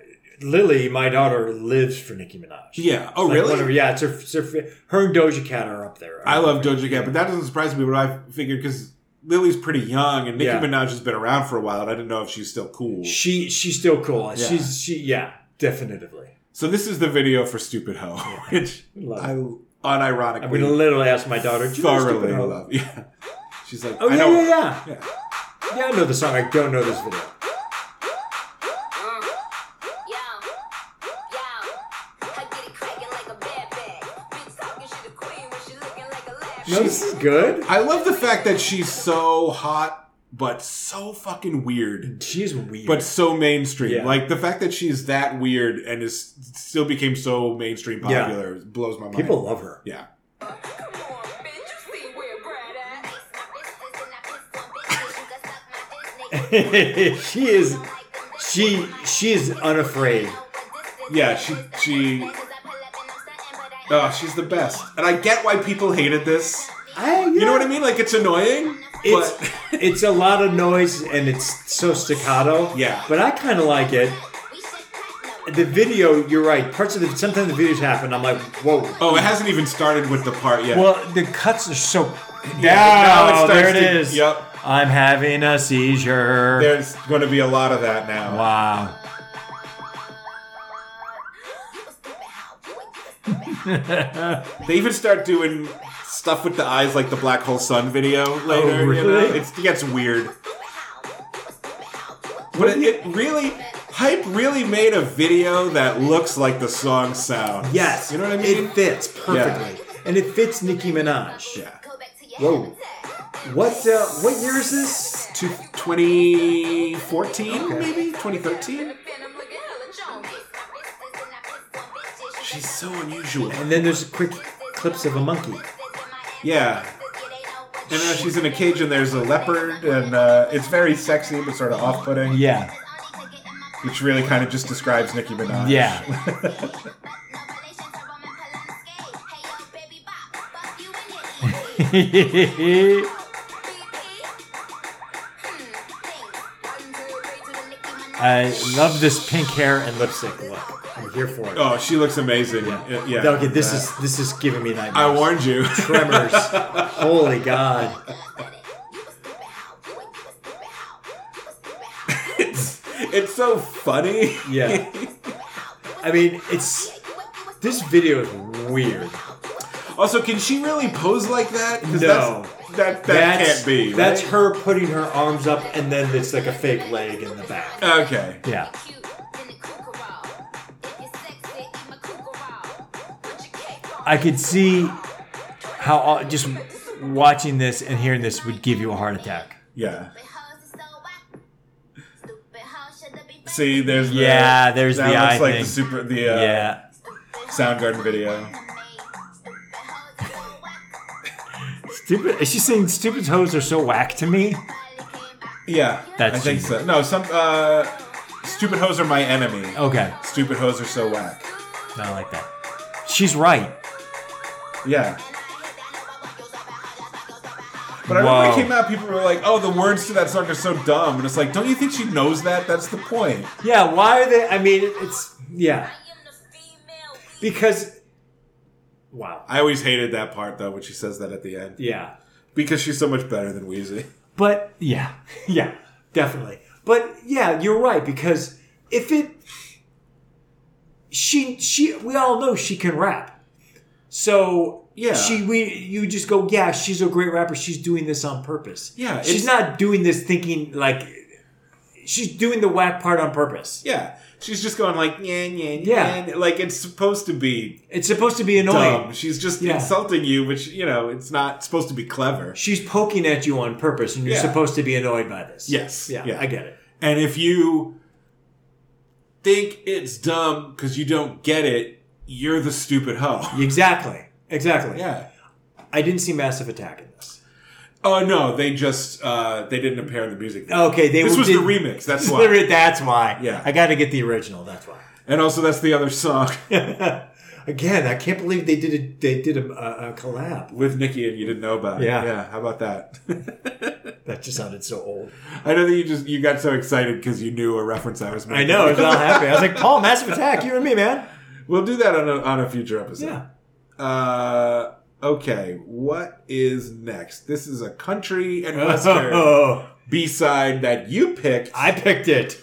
Lily, my daughter, lives for Nicki Minaj.
Yeah. Oh,
Like,
really?
whatever. Yeah, it's her, it's her. Her and Doja Cat are up there.
I love Doja Cat, but that doesn't surprise me. What I figured because Lily's pretty young, and Nicki
Yeah.
Minaj has been around for a while, and I didn't know if she's still cool.
She she's still cool.
Yeah.
She's she yeah, definitively.
So this is the video for "Stupid Ho," which
Love
I
it.
unironically
I'm gonna literally ask my daughter. "Do you know
thoroughly
Stupid Ho?"
love. Yeah, she's like,
Oh
I
yeah,
know.
yeah, yeah,
Yeah.
yeah. I know the song. I don't know this video. No, this is good.
I love the fact that she's so hot, but so fucking weird,
She's weird.
but so mainstream.
Yeah.
Like the fact that she's that weird and is still became so mainstream
Yeah.
popular blows my mind.
people love her.
Yeah.
she is. She she is unafraid.
Yeah, she she.
uh,
Oh, she's the best, and I get why people hated this.
I,
You know what I mean? Like it's annoying,
It's
but
it's a lot of noise and it's so staccato.
Yeah.
But I kind of like it. The video, you're right. Parts of the sometimes the videos happen. I'm like, whoa.
oh, it hasn't even started with the part yet.
Well, the cuts are so.
now it
Wow,
starts
there it is.
to- yep.
I'm having a seizure.
There's going to be a lot of that now.
Wow.
They even start doing stuff with the eyes, like the black hole sun video later. you
Oh, really?
know? It's, it gets weird. But it, it really, hype really made a video that looks like the song sounds.
Yes.
you know what I mean.
It fits perfectly, and it fits Nicki Minaj.
yeah.
Whoa. What uh, what year is this?
To 2014, maybe 2013. She's so unusual.
And then there's quick clips of a monkey.
Yeah. And now she's in a cage, and there's a leopard, and uh, it's very sexy but sort of off-putting.
Yeah.
which really kind of just describes Nicki Minaj.
I love this pink hair and lipstick look. I'm here for it.
Oh, she looks amazing. Yeah. yeah.
Okay, this is this is giving me nightmares.
I warned you.
tremors. Holy God!
it's, it's so funny.
Yeah. I mean, it's this video is weird.
Also, can she really pose like that? 'Cause
No.
that's- that that
That's-
can't be.
That's
right?
her putting her arms up, and then it's like a fake leg in the back.
Okay.
Yeah. I could see how all- just watching this and hearing this would give you a heart attack.
Yeah. See,
See,
there's the,
Yeah, there's
that
the
looks
eye
like
thing.
the super the uh,
yeah.
Soundgarden video.
Stupid. Is she saying stupid toes are so whack to me?
Yeah,
That's
I think
you.
so. No, some uh, stupid hoes are my enemy.
Okay.
Stupid hoes are so whack.
No, I like that. She's right.
Yeah. But I remember
Wow.
when it came out, people were like, "Oh, the words to that song are so dumb," and it's like, "Don't you think she knows that? That's the point."
Yeah. Why are they? I mean, it's yeah. Because. Wow.
I always hated that part though when she says that at the end
Yeah.
because she's so much better than Wheezy.
But yeah, yeah, definitely. But yeah, you're right because if it, she she we all know she can rap, so
Yeah.
she we you just go yeah she's a great rapper she's doing this on purpose
Yeah,
she's
it's-
not doing this thinking like she's doing the whack part on purpose
Yeah, she's just going like, "Yeah, yeah,
Yeah.
yeah," like it's supposed to be
it's supposed to be annoying
dumb. She's just
Yeah.
insulting you, which you know it's not supposed to be clever.
she's poking at you on purpose and you're
Yeah.
supposed to be annoyed by this
Yes,
yeah,
yeah.
I get it
And if you think it's dumb because you don't get it, you're the stupid hoe.
exactly exactly
Yeah.
I didn't see massive attack in this.
Oh no, they just uh they didn't impair the music. video.
Okay, they
this
were-
was
did-
the remix. That's
That's
why.
why. That's why.
Yeah.
I got to get the original. That's why.
and also, that's the other song
Again, I can't believe they did a they did a, a, a collab.
with Nicki, and you didn't know about it.
Yeah.
yeah. How about that?
That just sounded so old.
I know that you just you got so excited because you knew a reference I was making.
I know. I was all happy. I was like, Paul, Massive Attack, you and me, man.
we'll do that on a, on a future episode.
Yeah.
Uh, okay, what is next? This is a country and western B side that you picked.
I picked it.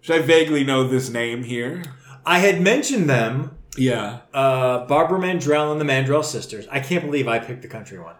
Should I vaguely know this name here?
I had mentioned them.
Yeah.
Uh, Barbara Mandrell and the Mandrell sisters. I can't believe I picked the country one.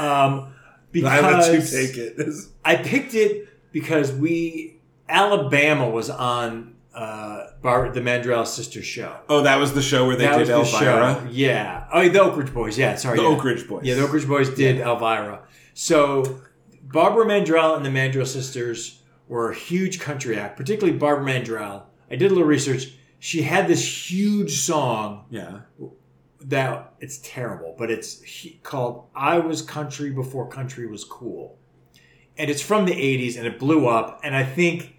Um, because
I let you take it.
I picked it because we Alabama was on uh, Bar- the Mandrell sisters show.
Oh, that was the show where they
that
did
was the
Elvira.
show. Yeah. Oh, the Oak Ridge Boys. Yeah, sorry.
The
yeah.
Oak Ridge Boys.
Yeah, the Oak Ridge Boys did Elvira. So Barbara Mandrell and the Mandrell sisters were a huge country act, particularly Barbara Mandrell. I did a little research. She had this huge song
Yeah.
that it's terrible, but it's he- called "I Was Country Before Country Was Cool," and it's from the '80s, and it blew up. And I think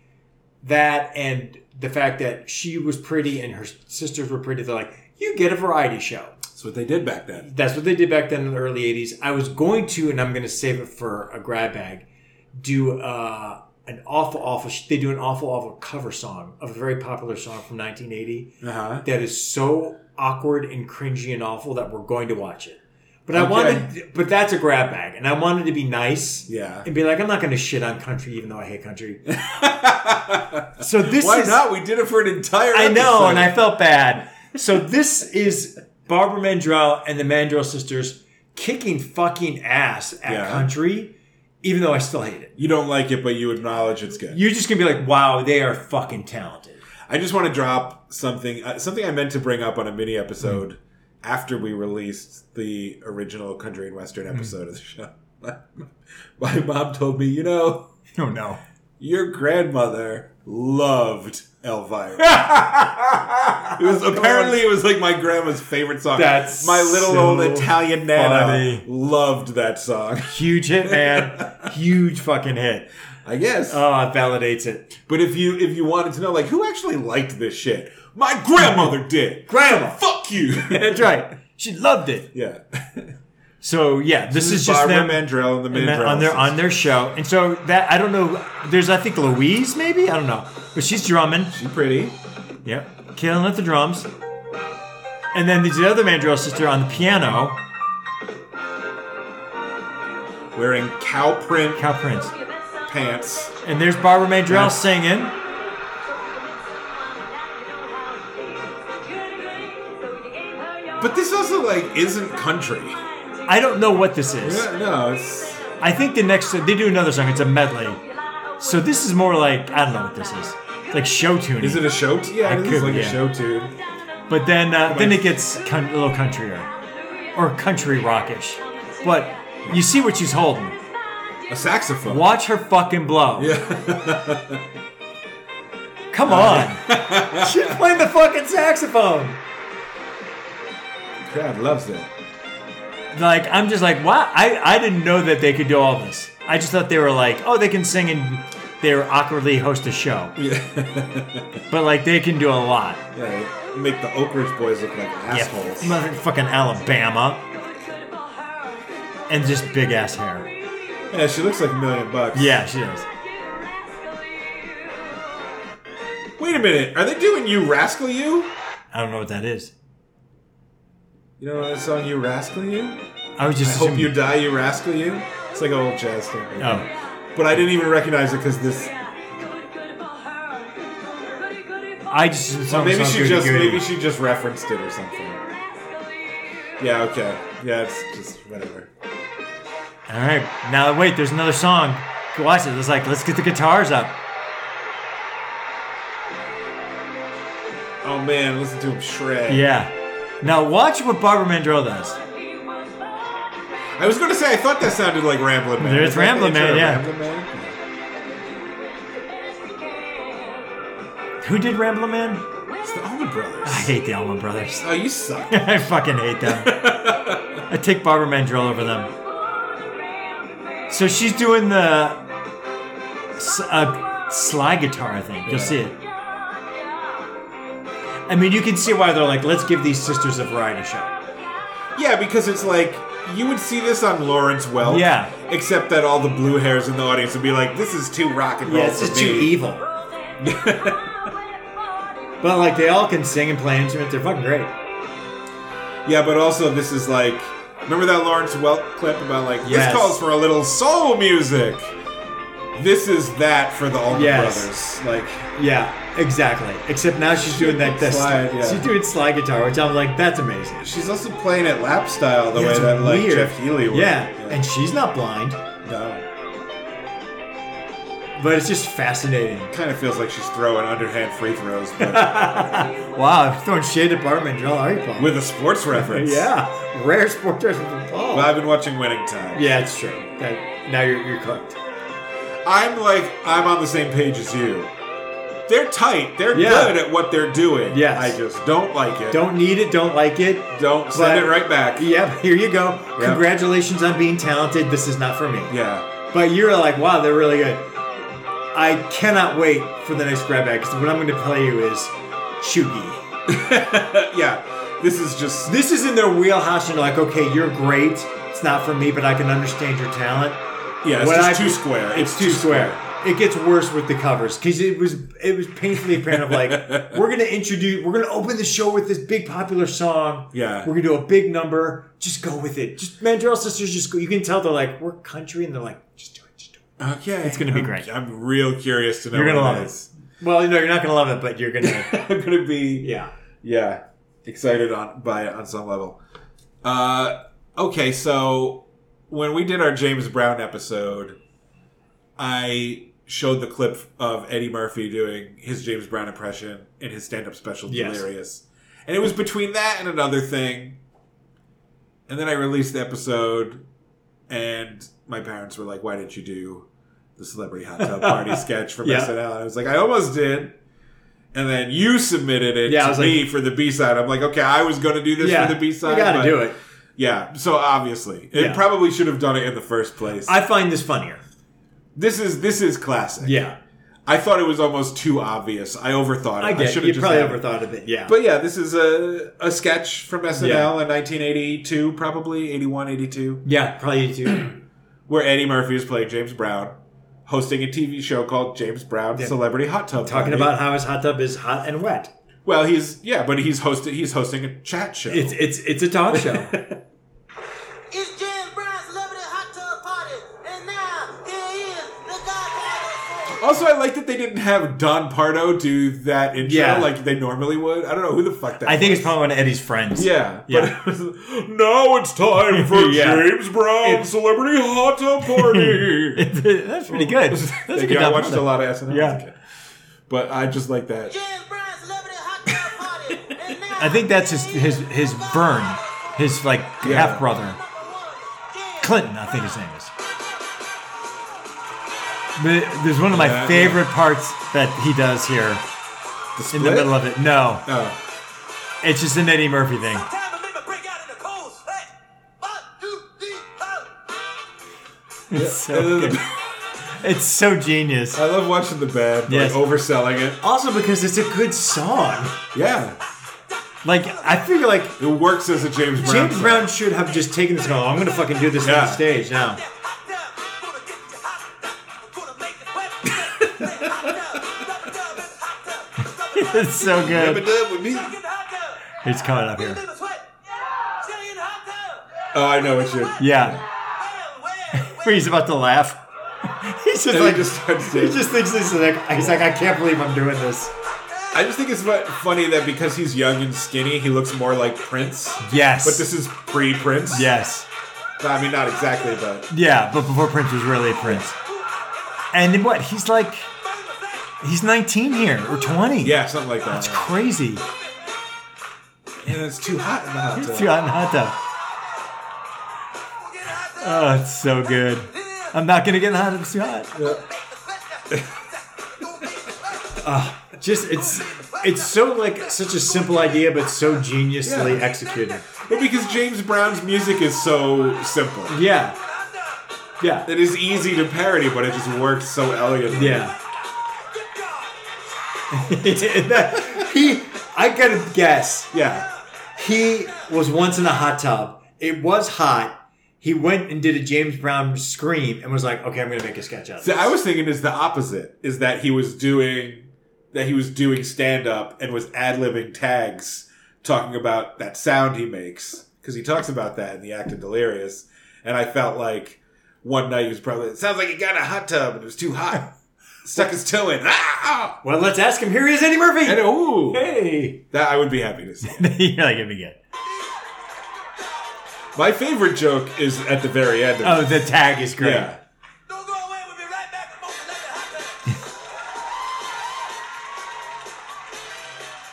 that and the fact that she was pretty and her sisters were pretty, they're like, you get a variety show.
That's what they did back then.
That's what they did back then in the early '80s. I was going to, and I'm going to save it for a grab bag. Do uh, an awful, awful. They do an awful, awful cover song of a very popular song from 1980
Uh huh.
that is so awkward and cringy and awful that we're going to watch it. But I
Okay.
wanted, but that's a grab bag, and I wanted to be nice
Yeah.
and be like, I'm not going to shit on country, even though I hate country. so this
Why
is
not? We did it for an entire.
I know,
episode.
and I felt bad. So this is Barbara Mandrell and the Mandrell sisters kicking fucking ass at
Yeah.
country, even though I still hate it.
You don't like it, but you acknowledge it's good.
You're just gonna be like, wow, they are fucking talented.
I just want to drop something. Uh, something I meant to bring up on a mini episode after we released the original country and western
Hmm.
episode of the show. My mom told me, you know,
Oh no.
your grandmother loved Elvira. It was apparently it was like my grandma's favorite song.
That's
my little
so
old Italian nana
funny.
loved that song.
Huge hit, man. Huge fucking hit.
I guess.
Oh, it validates it.
but if you if you wanted to know, like, who actually liked this shit? My grandmother did.
Grandma.
Fuck you.
That's right. She loved it.
yeah.
So yeah, this, is, just
Barbara
them
Mandrell and the
and then
Mandrell
on their on
sisters.
their show. And so that I don't know. There's I think Louise maybe I don't know, but she's drumming.
She pretty.
Yep. Kaylin at the drums. And then there's the other Mandrell sister on the piano,
Wearing cow print
Cal Prince.
pants.
And there's Barbara Mandrell
Yeah.
singing.
But this also like isn't country.
I don't know what this is.
Yeah, no, it's
I think the next they do another song. It's a medley. So this is more like I don't know what this is. It's like show tuning.
is it a show? T- yeah,
I
it is
could-
like
yeah.
a show tune.
But then uh, then
on.
it gets con- a little countrier or country rockish. But you see what she's holding.
A saxophone.
Watch her fucking blow.
Yeah.
Come on. She's playing the fucking saxophone.
Crowd loves it.
Like, I'm just like, wow, I, I didn't know that they could do all this. I just thought they were like, oh, they can sing and they're awkwardly host a show.
Yeah.
But like, they can do a lot.
yeah. Make the Oak Ridge boys look like assholes.
Yeah, motherfucking Alabama. And just big ass hair.
Yeah, she looks like a million bucks.
Yeah, she does.
Wait a minute. Are they doing You Rascal You?
I don't know what that is.
You know that song You Rascal You?
I was
I
just
hope you
assuming-
die, you rascal, you. It's like an old jazz thing.
Oh,
But I didn't even recognize it because this.
I just assumed
Maybe
it
she
was
just
goody-goody.
maybe she just referenced it or something. Yeah. Okay. Yeah. It's just whatever.
All right, now wait. There's another song. Watch it. It's like let's get the guitars up.
Oh man, listen to him shred.
Yeah. Now watch what Barbara Mandrell does.
I was gonna say I thought that sounded like Ramblin' Man.
There's
Is that the
Ramblin'
intro
Man,
to
yeah.
Ramblin' Man?
Who did Ramblin' Man?
It's the Allman Brothers.
I hate the Allman Brothers.
Oh, you suck.
I fucking hate them. I take Barbara Mandrell over them. So she's doing the s- uh, slide guitar, I think. You'll see it. I mean, you can see why they're like, let's give these sisters a variety show.
yeah, because it's like you would see this on Lawrence Welk.
Yeah.
Except that all the blue hairs in the audience would be like, "This is too rock and roll
Yeah, it's
for
just
me."
too evil. But like, they all can sing and play instruments. They're fucking great.
Yeah, but also this is like Remember that Lawrence Welk clip about like
Yes.
this calls for a little soul music. This is that for the Allman
Yes.
Brothers. Like
Yeah, exactly. Except now she's doing that. that
Slide, yeah.
She's doing slide guitar, which I'm like, that's amazing.
she's also playing it lap style the
Yeah,
way
it's
that like
weird.
Jeff Healy would.
Yeah, and she's not blind,
no,
but it's just fascinating.
kind of feels like she's throwing underhand free throws, but
Wow, I'm throwing shade at Barman Joel Aripov.
with a sports reference.
yeah, rare sport dress with a ball.
Well, I've been watching Winning Time.
yeah, it's true. That, now you're, you're cooked.
I'm like, I'm on the same page as you. They're tight. They're
Yeah.
good at what they're doing.
Yes.
I just don't like it.
Don't need it. Don't like it.
don't send
but-
it right back.
Yep, here you go.
Yep.
Congratulations on being talented. This is not for me.
Yeah.
But you're like, wow, they're really good. I cannot wait for the next grab bag because what I'm going to play you is Chugi.
yeah. This is just
This is in their wheelhouse, and you're like, okay, you're great. It's not for me, but I can understand your talent.
yeah. It's
What
just
I-
too square.
It's, too, square. It gets worse with the covers because it was it was painfully apparent of like we're gonna introduce we're gonna open the show with this big popular song.
Yeah.
we're gonna do a big number. Just go with it. Just Mandrell sisters. Just go. You can tell they're like we're country, and they're like just do it. Just do it.
Okay. It's
gonna be
I'm,
great.
I'm real curious to know.
You're gonna
what
love it. Well, you know you're not gonna love it, but you're gonna
is. I'm gonna be
yeah.
yeah excited on by it on some level. Uh, okay, so when we did our James Brown episode, I showed the clip of Eddie Murphy doing his James Brown impression in his stand-up special
Yes.
Delirious, and it was between that and another thing. And then I released the episode, and my parents were like, "Why didn't you do the celebrity hot tub party sketch from
Yeah.
SNL?" And I was like, "I almost did." And then you submitted it
Yeah, I
to
was like-
me for the B side. I'm like, okay, I was going to do this
yeah,
for the B side.
You gotta do it.
Yeah. So obviously, it
Yeah.
probably should have done it in the first place.
I find this funnier.
this is this is classic.
Yeah,
I thought it was almost too obvious. I overthought it.
I get.
should have
it. you
just
probably
had it.
overthought of it. Yeah,
But yeah, this is a a sketch from SNL
Yeah.
in 1982, probably 81, 82,
yeah, probably you too.
where Eddie Murphy is playing James Brown, hosting a TV show called James Brown
Yeah.
Celebrity Hot Tub.
Talking
Party.
about how his hot tub is hot and wet.
well, he's yeah, but he's hosting he's hosting a chat show.
It's it's it's a talk show.
It's James Brown's celebrity hot tub party, and now here is the Godfather.
Also, I like that they didn't have Don Pardo do that intro
Yeah.
like they normally would. I don't know who the fuck that.
I think
was.
it's probably one of Eddie's friends.
yeah,
Yeah.
But now it's time for
Yeah.
James Brown
It's-
Celebrity Hot Tub Party.
That's pretty good. That's a
Thank
good
you. I
job.
watched a lot of SNL.
Yeah.
as a kid. but I just like that.
James Brown's celebrity hot tub party, and now
I think that's his
here
his
is
his
the
Vern,
Godfather.
his like
Yeah.
half brother
Number one, James
Clinton, I think his name is. But there's one of my
Yeah, yeah.
favorite parts that he does here in the middle of it. No,
Oh,
it's just an Eddie Murphy thing.
Time to make a break out in the cold sweat. One, two, three, four.
It's so good. It's so genius.
I love watching the band
Yes.
like overselling it.
Also because it's a good song.
Yeah,
Like I figure like
it works as a James Brown.
James
song.
Brown should have just taken this and go, I'm gonna fucking do this
Yeah.
on stage now. It's so
Rub it
good.
up with me.
It's coming up here.
Oh, I know what you.
Yeah. Where he's about to laugh. He's just
And
like
he just starts
he
dancing.
just thinks this is like he's like I can't believe I'm doing this.
I just think it's fu- funny that because he's young and skinny, he looks more like Prince.
Yes.
But this is pre-Prince.
Yes.
I mean, not exactly, but
Yeah, but before Prince was really Prince. And then what? He's like he's 19 here or 20.
yeah, something like that.
It's crazy.
and it's too hot in the hot
It's
tub.
too hot in the hot tub. Oh, it's so good. I'm not gonna get in the hot tub. It's too hot. Ah, Just it's it's so like such a simple idea, but so geniusly
Yeah.
executed.
But because James Brown's music is so simple,
Yeah. Yeah.
it is easy to parody, but it just works so elegantly.
Yeah. he, I gotta guess,
yeah.
he was once in a hot tub. It was hot. He went and did a James Brown scream and was like, "Okay, I'm gonna make a sketch out." of
So
this."
I was thinking is the opposite: is that he was doing that he was doing stand up and was ad libbing tags talking about that sound he makes. because he talks about that in the act of Delirious, and I felt like one night he was probably it sounds like he got in a hot tub and it was too hot, stuck his toe in, ah,
Well, let's ask him. Here he is, Eddie Murphy.
and ooh,
Hey.
that I would be happy to see.
You're like, it'd be good.
My favorite joke is at the very end. Of
Oh, the tag is great.
yeah.
Don't go away. We'll be right back with more Celebrity Hot Tub.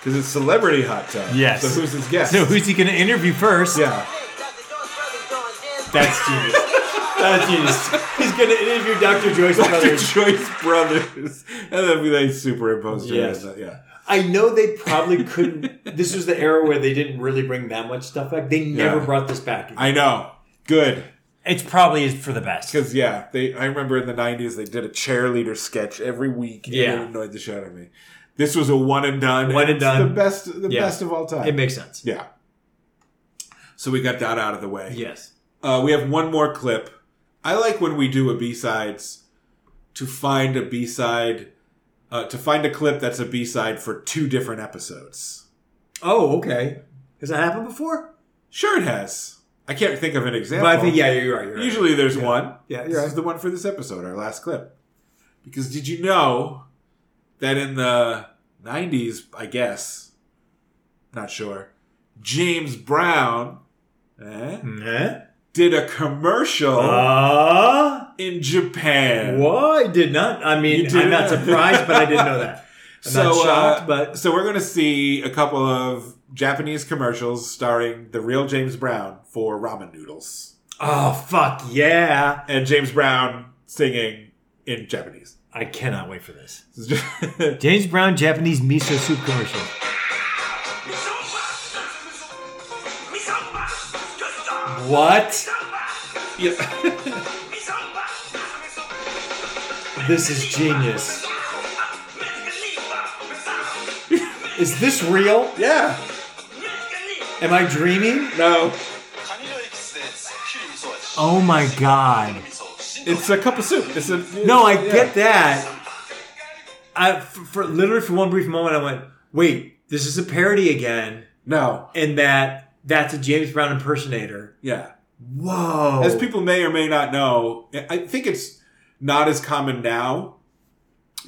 Because it's celebrity hot tub.
Yes.
So who's his guest?
So who's he going to interview first?
yeah.
Dr. George Brothers joins in.
That's genius. That's genius. He's going to interview Dr. Joyce
Dr.
Brothers.
Joyce Brothers, and then we like superimposed. her
Yes.
in the- yeah.
I know they probably couldn't. This was the era where they didn't really bring that much stuff back. They never
Yeah.
brought this back.
I know. Good.
It's probably for the best.
Because yeah, they. I remember in the '90s they did a cheerleader sketch every week. and
Yeah.
it annoyed the shit out of me. This was a one and done.
One and
It's
done.
The best. The
Yeah.
best of all time.
it makes sense.
yeah. So we got that out of the way.
Yes.
Uh, we have one more clip. I like when we do a B sides to find a B side, uh, to find a clip that's a B side for two different episodes.
Oh, okay. Has that happened before?
Sure, it has. I can't think of an example.
But I think, yeah, you're right. You're right.
Usually there's one.
Yeah,
this
you're
is the one for this episode, our last clip. Because did you know that in the 90s, I guess, not sure, James Brown eh,
Huh?
did a commercial
Uh,
in Japan.
What? I Oh. did not. I mean,
You did
I'm
not.
not surprised, but I didn't know that. I'm not shocked,
uh,
but-
so we're going to see a couple of Japanese commercials starring the real James Brown for ramen noodles,
Oh, fuck yeah.
and James Brown singing in Japanese.
I cannot wait for this.
James Brown Japanese miso soup commercial.
What?
Yeah.
This is genius. Is this real?
yeah.
Am I dreaming?
No,
Oh my god.
it's a cup of soup. It's a
No, I
yeah.
get that. I, for, for literally for one brief moment, I went, wait, this is a parody again,
No,
and that that's a James Brown impersonator.
yeah.
Whoa.
As people may or may not know, I think it's not as common now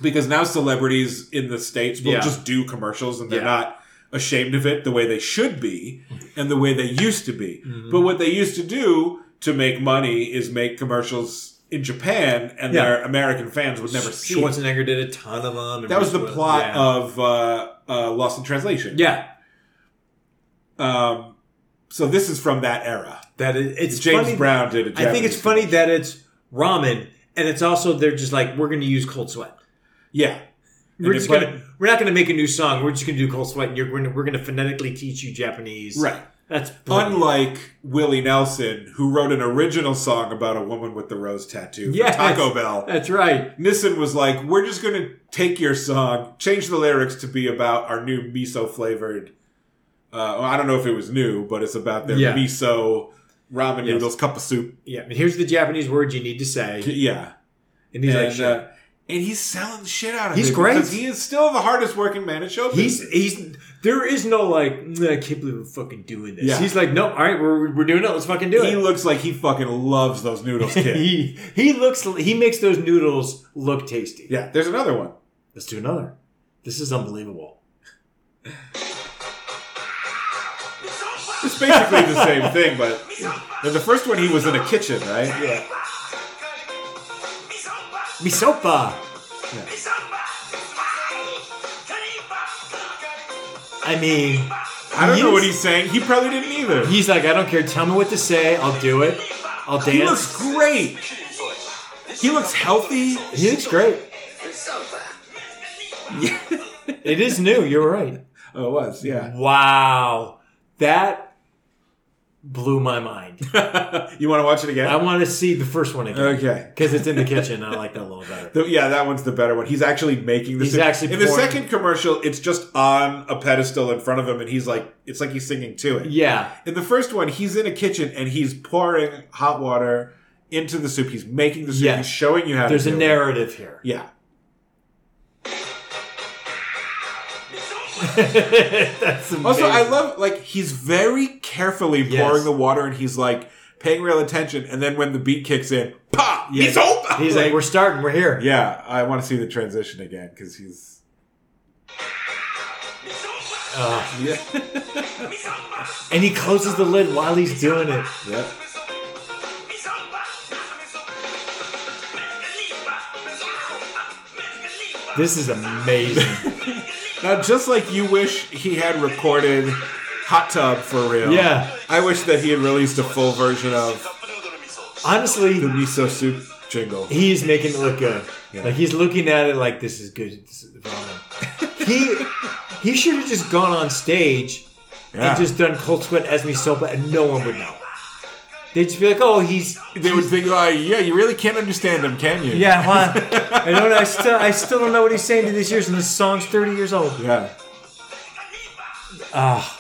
because now celebrities in the states will
Yeah.
just do commercials and they're
Yeah.
not ashamed of it the way they should be and the way they used to be.
Mm-hmm.
But what they used to do to make money is make commercials in Japan and
Yeah.
their American fans would never see. it.
Schwarzenegger did a ton of them. and
That was
Bruce
the
Willis-
plot
yeah.
of uh, uh, Lost in Translation.
Yeah.
Um, so this is from that era.
That is, it's
James
funny-
Brown did it.
I think it's funny that it's ramen, and it's also they're just like we're going to use Cold Sweat.
Yeah.
We're
And
just
it-
gonna we're not going to make a new song. We're just going to do Cold Sweat, and you're going to, we're going to phonetically teach you Japanese.
Right.
That's brilliant.
Unlike Willie Nelson, who wrote an original song about a woman with the rose tattoo for
Yes.
Taco Bell,
That's right.
Nissen was like, "We're just going to take your song, change the lyrics to be about our new miso flavored. Uh, well, I don't know if it was new, but it's about their
Yeah.
miso ramen
Yes.
noodles, cup of soup.
Yeah. And here's the Japanese word you need to say.
Yeah,
And he's
and,
like,
uh, and he's selling the shit out of
He's
it
great.
because he is still the hardest working man in show
he's
business.
he's there is no like "Mm, I can't believe we're fucking doing this.
Yeah.
He's like, no, all right, we're we're doing it. Let's fucking do
he
it.
looks like he fucking loves those noodles, kid.
he he looks he makes those noodles look tasty.
yeah, there's another one.
Let's do another. This is unbelievable.
It's basically the same thing, but in the first one he was in a kitchen, right?
Yeah. Misopa. I mean,
I don't know
Yes.
what he's saying. He probably didn't either.
he's like, I don't care. Tell me what to say. I'll do it. I'll dance.
He looks great. He looks healthy.
He looks great. it is new. You're right.
Oh, it was yeah.
Wow, that blew my mind.
you want to watch it
I
again?
want to see the first one again.
Okay.
Because it's in the kitchen. I like that a little better.
The- yeah, that one's the better one. He's actually making the.
He's
soup.
actually
in the
pouring-
second commercial. It's just on a pedestal in front of him, and he's like, it's like he's singing to it.
Yeah.
In the first one, he's in a kitchen and he's pouring hot water into the soup. He's making the soup.
Yes.
He's showing you how.
There's
to
a
do it.
narrative here.
Yeah.
That's amazing.
Also, I love like he's very carefully pouring
Yes.
the water, and he's like paying real attention. And then when the beat kicks in, pop,
Yeah.
he's open.
He's like, we're starting. We're here.
yeah, I want to see the transition again because he's
Ugh.
yeah,
Uh, and he closes the lid while he's doing it.
yeah.
This is amazing.
Now, just like you wish he had recorded "Hot Tub" for real.
Yeah.
I wish that he had released a full version of the
Honestly,
miso soup jingle.
he is making it look good.
Yeah.
Like he's looking at it like this is good. This is ramen. he he should have just gone on stage
Yeah.
and just done cold sweat as me sopa, and no one would know. They'd just be like, oh, he's
They would think, like, yeah, you really can't understand him, can you?
yeah. Huh? I don't. I still I still don't know what he's saying to these years, and this song's thirty years old.
Yeah.
Ah.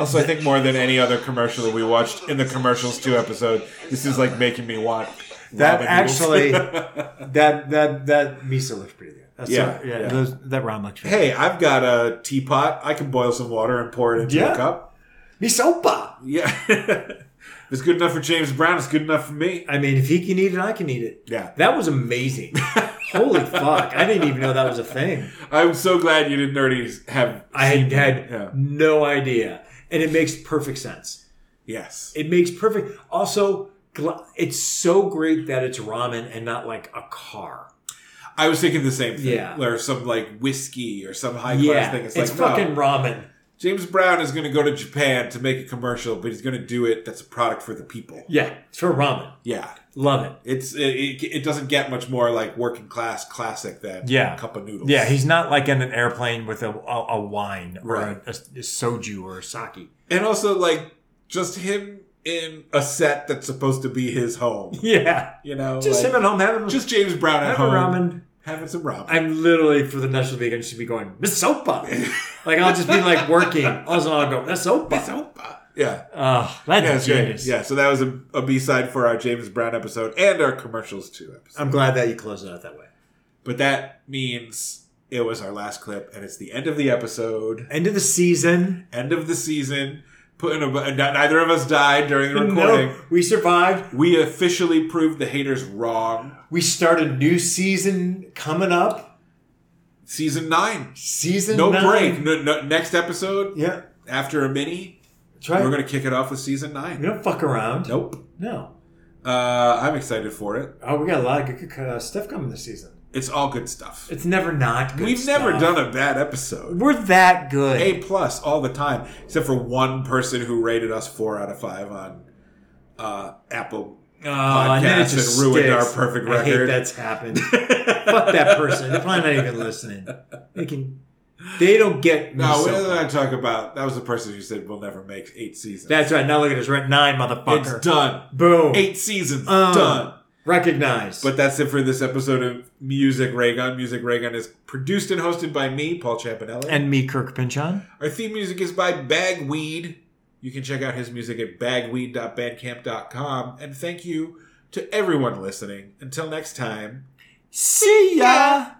Also, I think more than any other commercial that we watched in the commercials two episode, this is like making me want
That
ramen
actually,
noodles.
that that that miso looks pretty good. That's
Yeah,
yeah, yeah,
yeah.
Those, that ramen looks pretty.
hey, I've got a teapot. I can boil some water and pour it into
Yeah.
a cup.
good. misopa.
Yeah. If it's good enough for James Brown. It's good enough for me.
I mean, if he can eat it, I can eat it.
Yeah.
that was amazing. Holy fuck! I didn't even know that was a thing.
I'm so glad you didn't already have.
I had, had
Yeah.
no idea, and it makes perfect sense.
Yes.
It makes perfect. Also, gla- it's so great that it's ramen and not like a car.
I was thinking the same thing.
Yeah.
Or some like whiskey or some high class
yeah,
thing.
it's,
like, no.
fucking ramen.
James Brown is going to go to Japan to make a commercial, but he's going to do it that's a product for the people.
Yeah, it's for ramen.
Yeah.
Love it.
It's it, it, it doesn't get much more like working class classic than
Yeah.
a cup of noodles.
Yeah, he's not like in an airplane with a a, a wine or
Right.
a, a soju or a sake.
and also like just him in a set that's supposed to be his home.
Yeah,
You know,
just
like,
him at home having
just James Brown at
having
home
ramen.
having some ramen.
I'm literally for the national week. I just be going misopa. like I'll just be like working. Also, I'll go misopa.
yeah,
Oh, that's
yeah, it's great.
genius.
yeah. So that was a, a B side for our James Brown episode and our commercials too episode.
I'm glad that you closed it out that way.
But that means it was our last clip, and it's the end of the episode.
End of the season.
end of the season. Put in a, bu- neither of us died during the recording.
No, we survived.
We officially proved the haters wrong.
We start a new season coming up.
Season nine,
Season
no
nine.
break. No, no, next episode
Yeah,
after a mini,
that's right.
we're gonna kick it off with season nine.
we don't fuck around.
Nope.
No.
Uh, I'm excited for it.
Oh, we got a lot of good uh, stuff coming this season.
It's all good stuff.
It's never not good.
We've never done a bad episode.
We're that good.
A plus all the time, except for one person who rated us four out of five on uh, Apple.
Oh, and then it
podcasts
just
and ruined our
sticks.
perfect
I hate
record.
that's happened. Fuck that person. They're probably not even listening. They can. They don't get.
No,
me
what
so
did
far.
I talk about? That was the person who said we'll never make eight seasons.
that's right. Now look at us. We're at nine, motherfucker.
It's done.
Boom.
Eight seasons
Um,
done.
Recognized.
But that's it for this episode of Music Raygun. Music Raygun is produced and hosted by me, Paul Champanelli.
and me, Kirk Pinchon.
our theme music is by Bagweed. You can check out his music at bagweed.bandcamp.com. And thank you to everyone listening. Until next time.
See ya.